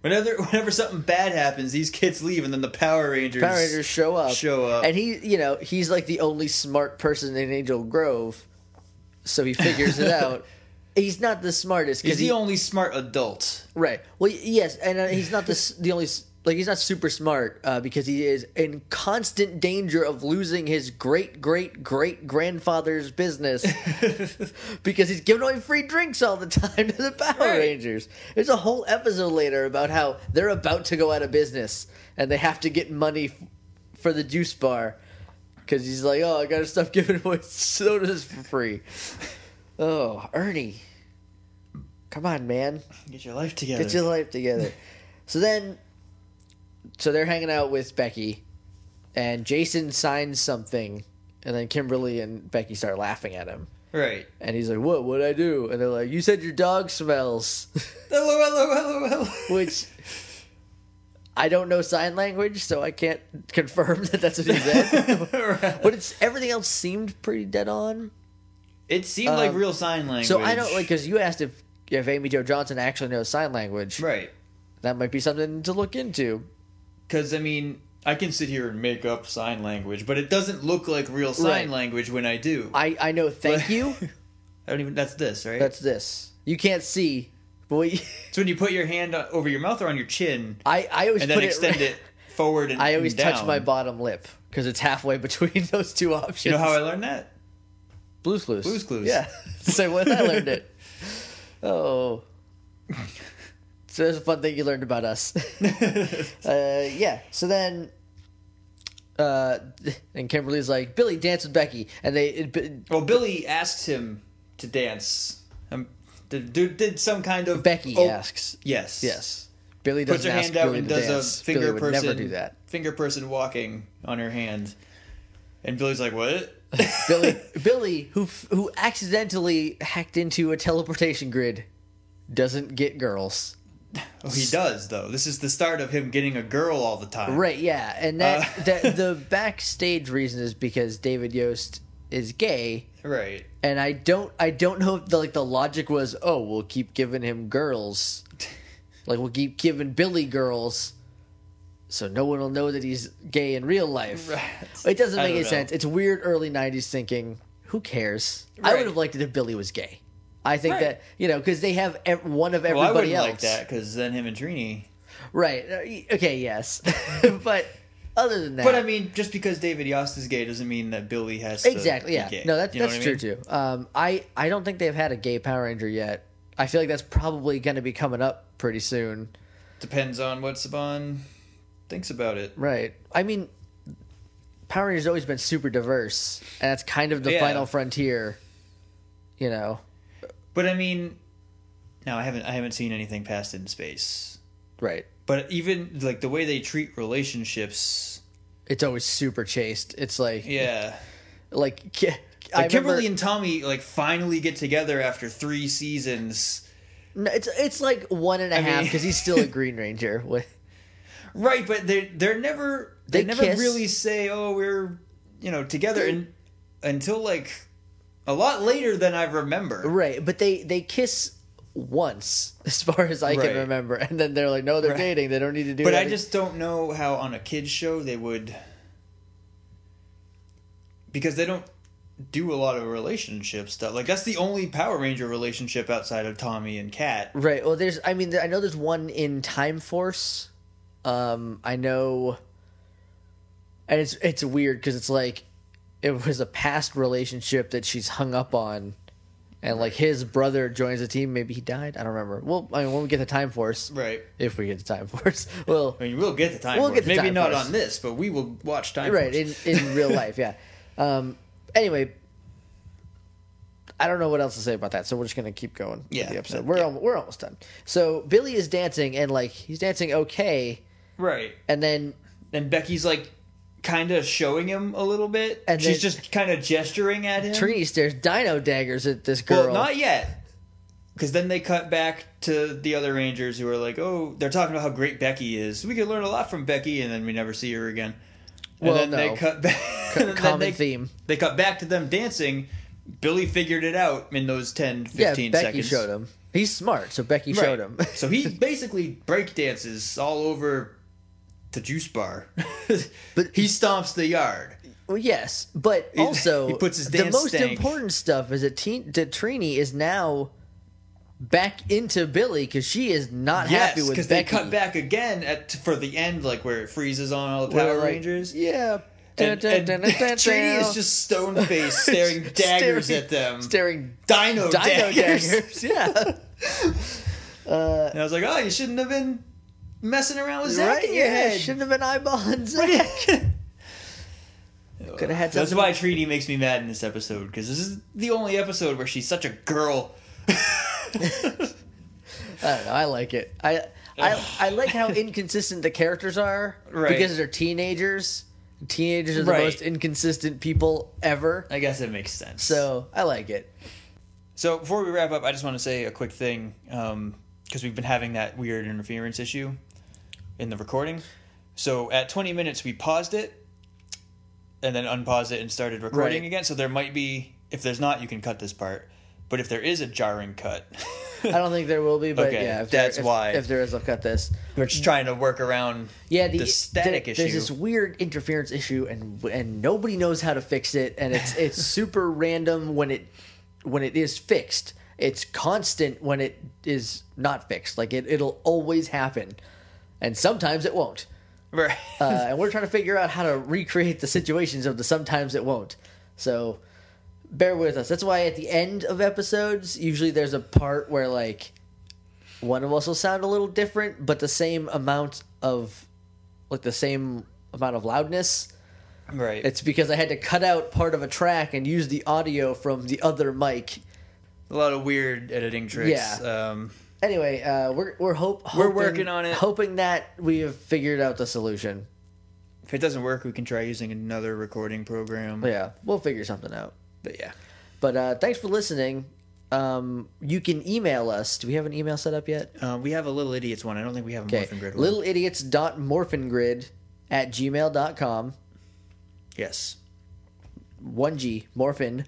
[SPEAKER 2] Whenever whenever something bad happens, these kids leave, and then the Power Rangers.
[SPEAKER 1] Power Rangers show up.
[SPEAKER 2] Show up.
[SPEAKER 1] And he, you know, he's like the only smart person in Angel Grove, so he figures it out. He's not the smartest. 'cause
[SPEAKER 2] Is the only smart adult.
[SPEAKER 1] Right. Well, y- yes, and uh, he's not the s- the only s- like he's not super smart uh, because he is in constant danger of losing his great great great grandfather's business because he's giving away free drinks all the time to the Power
[SPEAKER 2] Right.
[SPEAKER 1] Rangers. There's a whole episode later about how they're about to go out of business and they have to get money f- for the juice bar because he's like, oh, I got to stop giving away sodas for free. Oh, Ernie. Come on, man.
[SPEAKER 2] Get your life together.
[SPEAKER 1] Get your life together. so then, so they're hanging out with Becky, and Jason signs something, and then Kimberly and Becky start laughing at him.
[SPEAKER 2] right.
[SPEAKER 1] And he's like, "What? What'd I do?" And they're like, "You said your dog smells," which I don't know sign language, so I can't confirm that that's what he said. but it's everything else seemed pretty dead on.
[SPEAKER 2] it seemed like
[SPEAKER 1] Um,
[SPEAKER 2] real sign language.
[SPEAKER 1] So I don't like because you asked if if Amy Jo Johnson actually knows sign language.
[SPEAKER 2] Right.
[SPEAKER 1] That might be something to look into.
[SPEAKER 2] Because I mean, I can sit here and make up sign language, but it doesn't look like real sign
[SPEAKER 1] Right.
[SPEAKER 2] language when I do.
[SPEAKER 1] I I know. Thank you.
[SPEAKER 2] I don't even. That's this, right?
[SPEAKER 1] That's this. You can't see, but we,
[SPEAKER 2] it's when you put your hand o- over your mouth or on your chin,
[SPEAKER 1] I I always
[SPEAKER 2] and then
[SPEAKER 1] put
[SPEAKER 2] extend
[SPEAKER 1] it.
[SPEAKER 2] it forward and
[SPEAKER 1] I always
[SPEAKER 2] and down.
[SPEAKER 1] touch my bottom lip because it's halfway between those two options.
[SPEAKER 2] You know how I learned that?
[SPEAKER 1] Blue's Clues.
[SPEAKER 2] Blue's Clues.
[SPEAKER 1] Yeah. Same way I learned it. Oh. So there's a fun thing you learned about us. uh, yeah. So then, uh, and Kimberly's like, Billy, dance with Becky, and they it,
[SPEAKER 2] Well, Billy asked him to dance. Um, the dude did some kind of
[SPEAKER 1] Becky
[SPEAKER 2] oh,
[SPEAKER 1] asks,
[SPEAKER 2] Yes.
[SPEAKER 1] yes. Billy
[SPEAKER 2] Puts
[SPEAKER 1] doesn't
[SPEAKER 2] her
[SPEAKER 1] ask
[SPEAKER 2] hand out
[SPEAKER 1] Billy
[SPEAKER 2] and
[SPEAKER 1] to
[SPEAKER 2] does
[SPEAKER 1] dance.
[SPEAKER 2] a finger
[SPEAKER 1] Billy would
[SPEAKER 2] person.
[SPEAKER 1] never do that.
[SPEAKER 2] Finger person walking on her hand, and Billy's like, "What?"
[SPEAKER 1] Billy, Billy, who f- who accidentally hacked into a teleportation grid, doesn't get girls.
[SPEAKER 2] Oh, he does though. This is the start of him getting a girl all the time.
[SPEAKER 1] Right, yeah, and that,
[SPEAKER 2] Uh,
[SPEAKER 1] that the backstage reason is because David Yost is gay,
[SPEAKER 2] Right.
[SPEAKER 1] and I don't I don't know if the, like the logic was oh we'll keep giving him girls, like we'll keep giving Billy girls, so no one will know that he's gay in real life.
[SPEAKER 2] Right.
[SPEAKER 1] It doesn't
[SPEAKER 2] I
[SPEAKER 1] make
[SPEAKER 2] don't
[SPEAKER 1] any
[SPEAKER 2] know.
[SPEAKER 1] sense. It's weird early '90s thinking. Who cares? I
[SPEAKER 2] Right.
[SPEAKER 1] would have liked it if Billy was gay. I think
[SPEAKER 2] Right.
[SPEAKER 1] that you know because they have ev- one of
[SPEAKER 2] Well, I
[SPEAKER 1] everybody
[SPEAKER 2] wouldn't
[SPEAKER 1] else.
[SPEAKER 2] like that because then him and Trini.
[SPEAKER 1] Right? Uh, y- Okay. Yes. but other than that,
[SPEAKER 2] But I mean, just because David Yost is gay doesn't mean that Billy has to
[SPEAKER 1] Exactly.
[SPEAKER 2] be
[SPEAKER 1] Yeah.
[SPEAKER 2] gay.
[SPEAKER 1] No, that's
[SPEAKER 2] You know
[SPEAKER 1] that's
[SPEAKER 2] what I
[SPEAKER 1] true
[SPEAKER 2] mean?
[SPEAKER 1] too. Um, I I don't think they've had a gay Power Ranger yet. I feel like that's probably going to be coming up pretty soon,
[SPEAKER 2] Depends on what Saban thinks about it.
[SPEAKER 1] right? I mean, Power Rangers always been super diverse, and that's kind of the
[SPEAKER 2] Yeah.
[SPEAKER 1] final frontier, you know?
[SPEAKER 2] But I mean, no, I haven't. I haven't seen anything past in space.
[SPEAKER 1] Right.
[SPEAKER 2] But even like the way they treat relationships,
[SPEAKER 1] It's always super chaste. It's like
[SPEAKER 2] yeah.
[SPEAKER 1] like. ki- I
[SPEAKER 2] Like Kimberly
[SPEAKER 1] remember,
[SPEAKER 2] and Tommy like finally get together after three seasons,
[SPEAKER 1] no, it's it's like one and a
[SPEAKER 2] I mean-
[SPEAKER 1] half because he's still a Green Ranger. What-
[SPEAKER 2] right? But they they're never they,
[SPEAKER 1] They
[SPEAKER 2] never
[SPEAKER 1] kiss.
[SPEAKER 2] really say oh we're you know together and until like a lot later than I remember.
[SPEAKER 1] Right, but they they kiss once, as far as I
[SPEAKER 2] Right.
[SPEAKER 1] can remember, and then they're like, no, they're
[SPEAKER 2] Right.
[SPEAKER 1] dating. They don't need to do.
[SPEAKER 2] But
[SPEAKER 1] that
[SPEAKER 2] I just don't know how on a kids show they would because they don't do a lot of relationship stuff. Like that's the only Power Ranger relationship outside of Tommy and Kat.
[SPEAKER 1] Right. Well, there's. I mean, I know there's one in Time Force. Um, I know, and it's it's weird because it's like it was a past relationship that she's hung up on, and like his brother joins the team. Maybe he died. I don't remember. Well, I mean, when we get to Time Force,
[SPEAKER 2] Right.
[SPEAKER 1] if we get to Time Force, well,
[SPEAKER 2] I mean, we'll get the time.
[SPEAKER 1] We'll
[SPEAKER 2] Force.
[SPEAKER 1] get the
[SPEAKER 2] Maybe
[SPEAKER 1] Time
[SPEAKER 2] not
[SPEAKER 1] Force.
[SPEAKER 2] on this, but we will watch time.
[SPEAKER 1] right
[SPEAKER 2] Force.
[SPEAKER 1] in in real life, yeah. Um, anyway. I don't know what else to say about that, so we're just gonna keep going. with
[SPEAKER 2] Yeah,
[SPEAKER 1] the episode.
[SPEAKER 2] that-
[SPEAKER 1] We're
[SPEAKER 2] yeah.
[SPEAKER 1] al- we're almost done. So Billy is dancing, and like he's dancing okay,
[SPEAKER 2] right.
[SPEAKER 1] and then
[SPEAKER 2] And Becky's like kind of showing him a little bit.
[SPEAKER 1] And
[SPEAKER 2] she's
[SPEAKER 1] then-
[SPEAKER 2] just kind of gesturing at him.
[SPEAKER 1] Trini stares dino daggers at this girl.
[SPEAKER 2] Well, not yet. Because then they cut back to the other Rangers who are like, oh, they're talking about how great Becky is. We could learn a lot from Becky, and then we never see her again. And
[SPEAKER 1] Well,
[SPEAKER 2] then
[SPEAKER 1] no.
[SPEAKER 2] they cut back. and then
[SPEAKER 1] common
[SPEAKER 2] they,
[SPEAKER 1] theme.
[SPEAKER 2] They cut back to them dancing. Billy figured it out in those 10, 15
[SPEAKER 1] yeah, Becky
[SPEAKER 2] seconds.
[SPEAKER 1] showed him. He's smart, so Becky
[SPEAKER 2] Right.
[SPEAKER 1] showed him.
[SPEAKER 2] so he basically break dances all over the juice bar. but he stomps the yard.
[SPEAKER 1] well, yes, but also
[SPEAKER 2] he puts his
[SPEAKER 1] the
[SPEAKER 2] dance
[SPEAKER 1] most
[SPEAKER 2] stank.
[SPEAKER 1] important stuff is that, teen, that Trini is now back into Billy because she is not happy with
[SPEAKER 2] Yes, because
[SPEAKER 1] Becky.
[SPEAKER 2] they cut back again at for the end, like where it freezes on all the
[SPEAKER 1] Where,
[SPEAKER 2] Power
[SPEAKER 1] like,
[SPEAKER 2] Rangers.
[SPEAKER 1] Yeah.
[SPEAKER 2] And, and Trini is just stone faced, staring daggers
[SPEAKER 1] Staring-
[SPEAKER 2] at them.
[SPEAKER 1] staring dino
[SPEAKER 2] Dino, daggers.
[SPEAKER 1] daggers. Yeah.
[SPEAKER 2] And I was like, oh, you shouldn't have been messing around with Zack
[SPEAKER 1] right
[SPEAKER 2] in your
[SPEAKER 1] yeah,
[SPEAKER 2] head.
[SPEAKER 1] Shouldn't have been eyeballing Zach. Could have had
[SPEAKER 2] That's
[SPEAKER 1] something-
[SPEAKER 2] why Trini makes me mad in this episode because this is the only episode where she's such a girl.
[SPEAKER 1] I don't know. I like it. I I, I like how inconsistent the characters are
[SPEAKER 2] Right.
[SPEAKER 1] because they're teenagers. Teenagers are the
[SPEAKER 2] Right.
[SPEAKER 1] most inconsistent people ever.
[SPEAKER 2] I guess it makes sense.
[SPEAKER 1] So I like it.
[SPEAKER 2] So before we wrap up, I just want to say a quick thing because we've been having that weird interference issue in the recording. So at 20 minutes, we paused it and then unpaused it and started recording
[SPEAKER 1] Right.
[SPEAKER 2] again. So there might be, if there's not, you can cut this part. But if there is a jarring cut,
[SPEAKER 1] I don't think there will be, but
[SPEAKER 2] Okay,
[SPEAKER 1] yeah, if
[SPEAKER 2] that's
[SPEAKER 1] there, if-
[SPEAKER 2] why.
[SPEAKER 1] If, there is, I'll cut this.
[SPEAKER 2] We're just trying to work around
[SPEAKER 1] Mm. Yeah, the,
[SPEAKER 2] the static
[SPEAKER 1] there-
[SPEAKER 2] issue.
[SPEAKER 1] There's this weird interference issue, and and nobody knows how to fix it, and it's it's super random when it when it is fixed. It's constant when it is not fixed. Like it, it'll always happen, and sometimes it won't.
[SPEAKER 2] Right.
[SPEAKER 1] uh, and we're trying to figure out how to recreate the situations of the sometimes it won't. So bear with us. That's why at the end of episodes, usually there's a part where like one of us will sound a little different, but the same amount of like the same amount of loudness.
[SPEAKER 2] right.
[SPEAKER 1] It's because I had to cut out part of a track and use the audio from the other mic.
[SPEAKER 2] a lot of weird editing tricks.
[SPEAKER 1] Yeah.
[SPEAKER 2] Um,
[SPEAKER 1] Anyway, uh, we're we're hope
[SPEAKER 2] We're
[SPEAKER 1] hoping-
[SPEAKER 2] working on it.
[SPEAKER 1] hoping that we have figured out the solution.
[SPEAKER 2] if it doesn't work, we can try using another recording program.
[SPEAKER 1] Yeah, we'll figure something out.
[SPEAKER 2] But yeah.
[SPEAKER 1] But uh, thanks for listening. Um, you can email us. Do we have an email set up yet?
[SPEAKER 2] Uh, we have a Little Idiots one. I don't think we have a
[SPEAKER 1] Okay.
[SPEAKER 2] Morphin Grid one.
[SPEAKER 1] Littleidiots.morphingrid at gmail.com.
[SPEAKER 2] yes.
[SPEAKER 1] 1G, morphin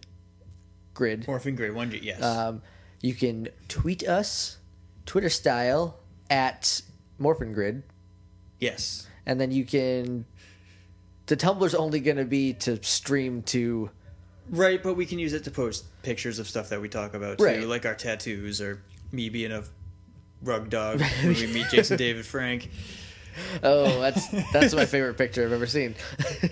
[SPEAKER 1] grid.
[SPEAKER 2] Morphin Grid 1G, yes.
[SPEAKER 1] Um, you can tweet us, Twitter style, at morphin grid.
[SPEAKER 2] yes.
[SPEAKER 1] And then you can. The Tumblr's only going to be to stream to.
[SPEAKER 2] Right, but we can use it to post pictures of stuff that we talk about too,
[SPEAKER 1] Right.
[SPEAKER 2] like our tattoos or me being a rug dog when we meet Jason David Frank.
[SPEAKER 1] Oh, that's that's my favorite picture I've ever seen.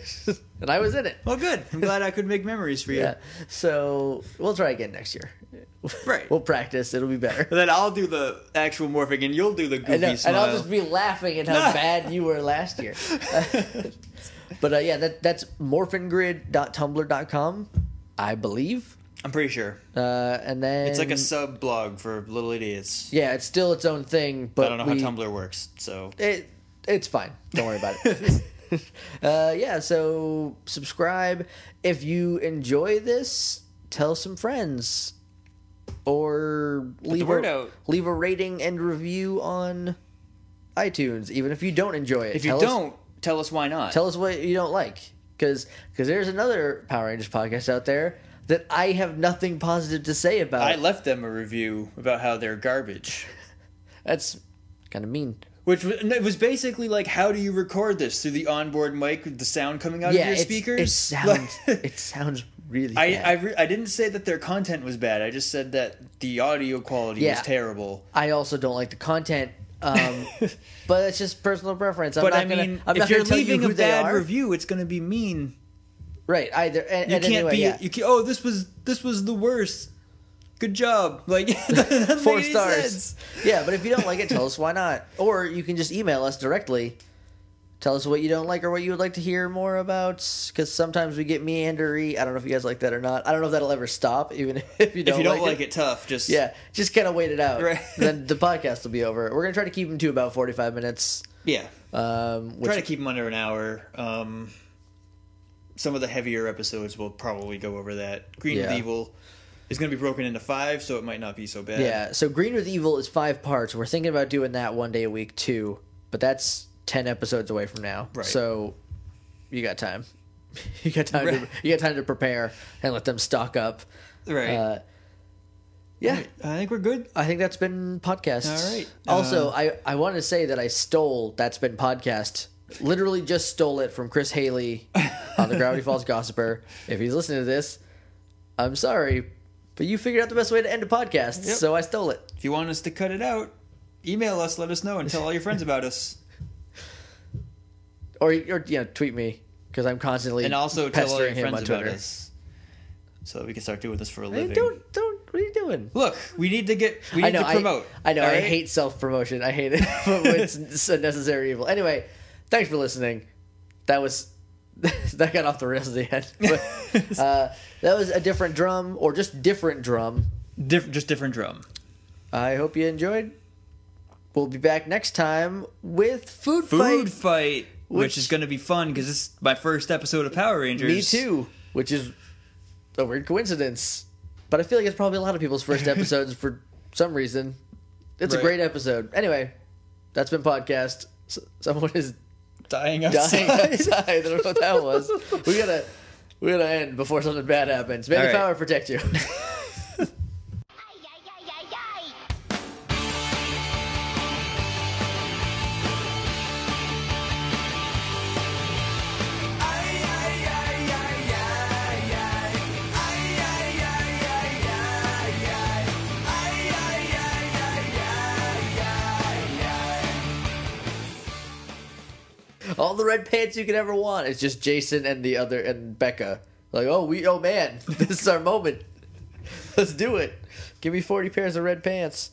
[SPEAKER 1] and I was in it.
[SPEAKER 2] Well, good. I'm glad I could make memories for you.
[SPEAKER 1] Yeah. So we'll try again next year.
[SPEAKER 2] Right.
[SPEAKER 1] We'll practice. It'll be better.
[SPEAKER 2] then I'll do the actual morphing and you'll do the goofy
[SPEAKER 1] And, uh, and
[SPEAKER 2] smile.
[SPEAKER 1] I'll just be laughing at how bad you were last year. but uh, yeah, that that's morphingrid.tumblr.com, I believe.
[SPEAKER 2] I'm pretty sure.
[SPEAKER 1] Uh, and then
[SPEAKER 2] It's like a sub blog for Little Idiots.
[SPEAKER 1] yeah, it's still its own thing. But
[SPEAKER 2] I don't know
[SPEAKER 1] we-
[SPEAKER 2] how Tumblr works, so
[SPEAKER 1] It it's fine. Don't worry about it. uh, yeah. So subscribe if you enjoy this. Tell some friends, or leave
[SPEAKER 2] word
[SPEAKER 1] a,
[SPEAKER 2] out.
[SPEAKER 1] Leave a rating and review on iTunes, even if you don't enjoy it.
[SPEAKER 2] if you
[SPEAKER 1] Tell us-
[SPEAKER 2] don't, tell us why not.
[SPEAKER 1] tell us what you don't like because there's another power rangers podcast out there that i have nothing positive to say about
[SPEAKER 2] I left them a review about how they're garbage.
[SPEAKER 1] that's kind of mean
[SPEAKER 2] Which was, no, it was basically like, how do you record this through the onboard mic with the sound coming out of your
[SPEAKER 1] it's-
[SPEAKER 2] speakers?
[SPEAKER 1] it sounds
[SPEAKER 2] Like-
[SPEAKER 1] it sounds really
[SPEAKER 2] I I,
[SPEAKER 1] bad.
[SPEAKER 2] re- I didn't say that their content was bad. I just said that the audio quality
[SPEAKER 1] Yeah.
[SPEAKER 2] was terrible.
[SPEAKER 1] I, also don't like the content um but it's just personal preference i'm
[SPEAKER 2] But
[SPEAKER 1] not
[SPEAKER 2] I
[SPEAKER 1] gonna
[SPEAKER 2] mean,
[SPEAKER 1] i'm
[SPEAKER 2] if
[SPEAKER 1] not
[SPEAKER 2] you're
[SPEAKER 1] gonna tell you
[SPEAKER 2] leaving
[SPEAKER 1] who
[SPEAKER 2] a
[SPEAKER 1] they
[SPEAKER 2] bad
[SPEAKER 1] are
[SPEAKER 2] review, it's going to be mean.
[SPEAKER 1] right either and,
[SPEAKER 2] You
[SPEAKER 1] and
[SPEAKER 2] can't
[SPEAKER 1] anyway
[SPEAKER 2] be.
[SPEAKER 1] yeah
[SPEAKER 2] You can, oh, this was this was the worst. Good job. Like that
[SPEAKER 1] four
[SPEAKER 2] made any
[SPEAKER 1] stars
[SPEAKER 2] sense.
[SPEAKER 1] yeah but if you don't like it tell us why not or you can just email us directly tell us what you don't like or what you would like to hear more about because sometimes we get meandery i don't know if you guys like that or not i don't know if that'll ever stop even if you don't,
[SPEAKER 2] If you don't like, it, tough. Just
[SPEAKER 1] yeah just kind of wait it out
[SPEAKER 2] Right.
[SPEAKER 1] then the podcast will be over we're gonna try to keep them to about 45 minutes
[SPEAKER 2] yeah.
[SPEAKER 1] um which
[SPEAKER 2] Try to keep them under an hour. Um, some of the heavier episodes will probably go over that. Green
[SPEAKER 1] Yeah.
[SPEAKER 2] with Evil is going to be broken into five, so it might not be so bad.
[SPEAKER 1] yeah so green with evil is five parts we're thinking about doing that one day a week too but that's 10 episodes away from now
[SPEAKER 2] Right.
[SPEAKER 1] so you got time you got time to,
[SPEAKER 2] Right.
[SPEAKER 1] you got time to prepare and let them stock up
[SPEAKER 2] Right.
[SPEAKER 1] uh, yeah
[SPEAKER 2] I think we're good.
[SPEAKER 1] I think that's been podcast.
[SPEAKER 2] All right. Uh,
[SPEAKER 1] Also, I I want to say that I stole that's been podcast. Literally just stole it from Chris Haley on the Gravity Falls Gossiper. If he's listening to this, I'm sorry, but you figured out the best way to end a podcast,
[SPEAKER 2] Yep.
[SPEAKER 1] so I stole it.
[SPEAKER 2] If you want us to cut it out, email us, let us know, and tell all your friends about us.
[SPEAKER 1] Or or you know, tweet me because I'm constantly
[SPEAKER 2] And also tell all your
[SPEAKER 1] pestering him
[SPEAKER 2] friends
[SPEAKER 1] on
[SPEAKER 2] about
[SPEAKER 1] Twitter.
[SPEAKER 2] us. So that we can start doing this for a
[SPEAKER 1] Hey,
[SPEAKER 2] living.
[SPEAKER 1] don't don't what are you doing?
[SPEAKER 2] Look, we need to get we need
[SPEAKER 1] I know.
[SPEAKER 2] to promote.
[SPEAKER 1] I, I know.
[SPEAKER 2] all
[SPEAKER 1] I
[SPEAKER 2] right?
[SPEAKER 1] hate self promotion. I hate it. but it's, it's a necessary evil. Anyway, thanks for listening. That was that got off the rails at the end. But, uh, that was a different drum, or just different drum.
[SPEAKER 2] Diff- just different drum.
[SPEAKER 1] I hope you enjoyed. We'll be back next time with food, fight.
[SPEAKER 2] Food fight, which,
[SPEAKER 1] Which-
[SPEAKER 2] is going to be fun because this is my first episode of Power Rangers.
[SPEAKER 1] Me too, which is a weird coincidence, but I feel like it's probably a lot of people's first episodes for some reason. It's a
[SPEAKER 2] Right.
[SPEAKER 1] great episode. Anyway, that's been podcast. S- someone is
[SPEAKER 2] Dying
[SPEAKER 1] dying
[SPEAKER 2] outside.
[SPEAKER 1] outside. I don't know what that was. We gotta, we gotta end before something bad happens. Maybe
[SPEAKER 2] All right.
[SPEAKER 1] power protect you.
[SPEAKER 3] Ay, ay, ay, ay, ay.
[SPEAKER 1] all the red pants you could ever want. It's just Jason and the other and Becca. Like, oh we oh man, this is our moment. Let's do it. Give me forty pairs of red pants.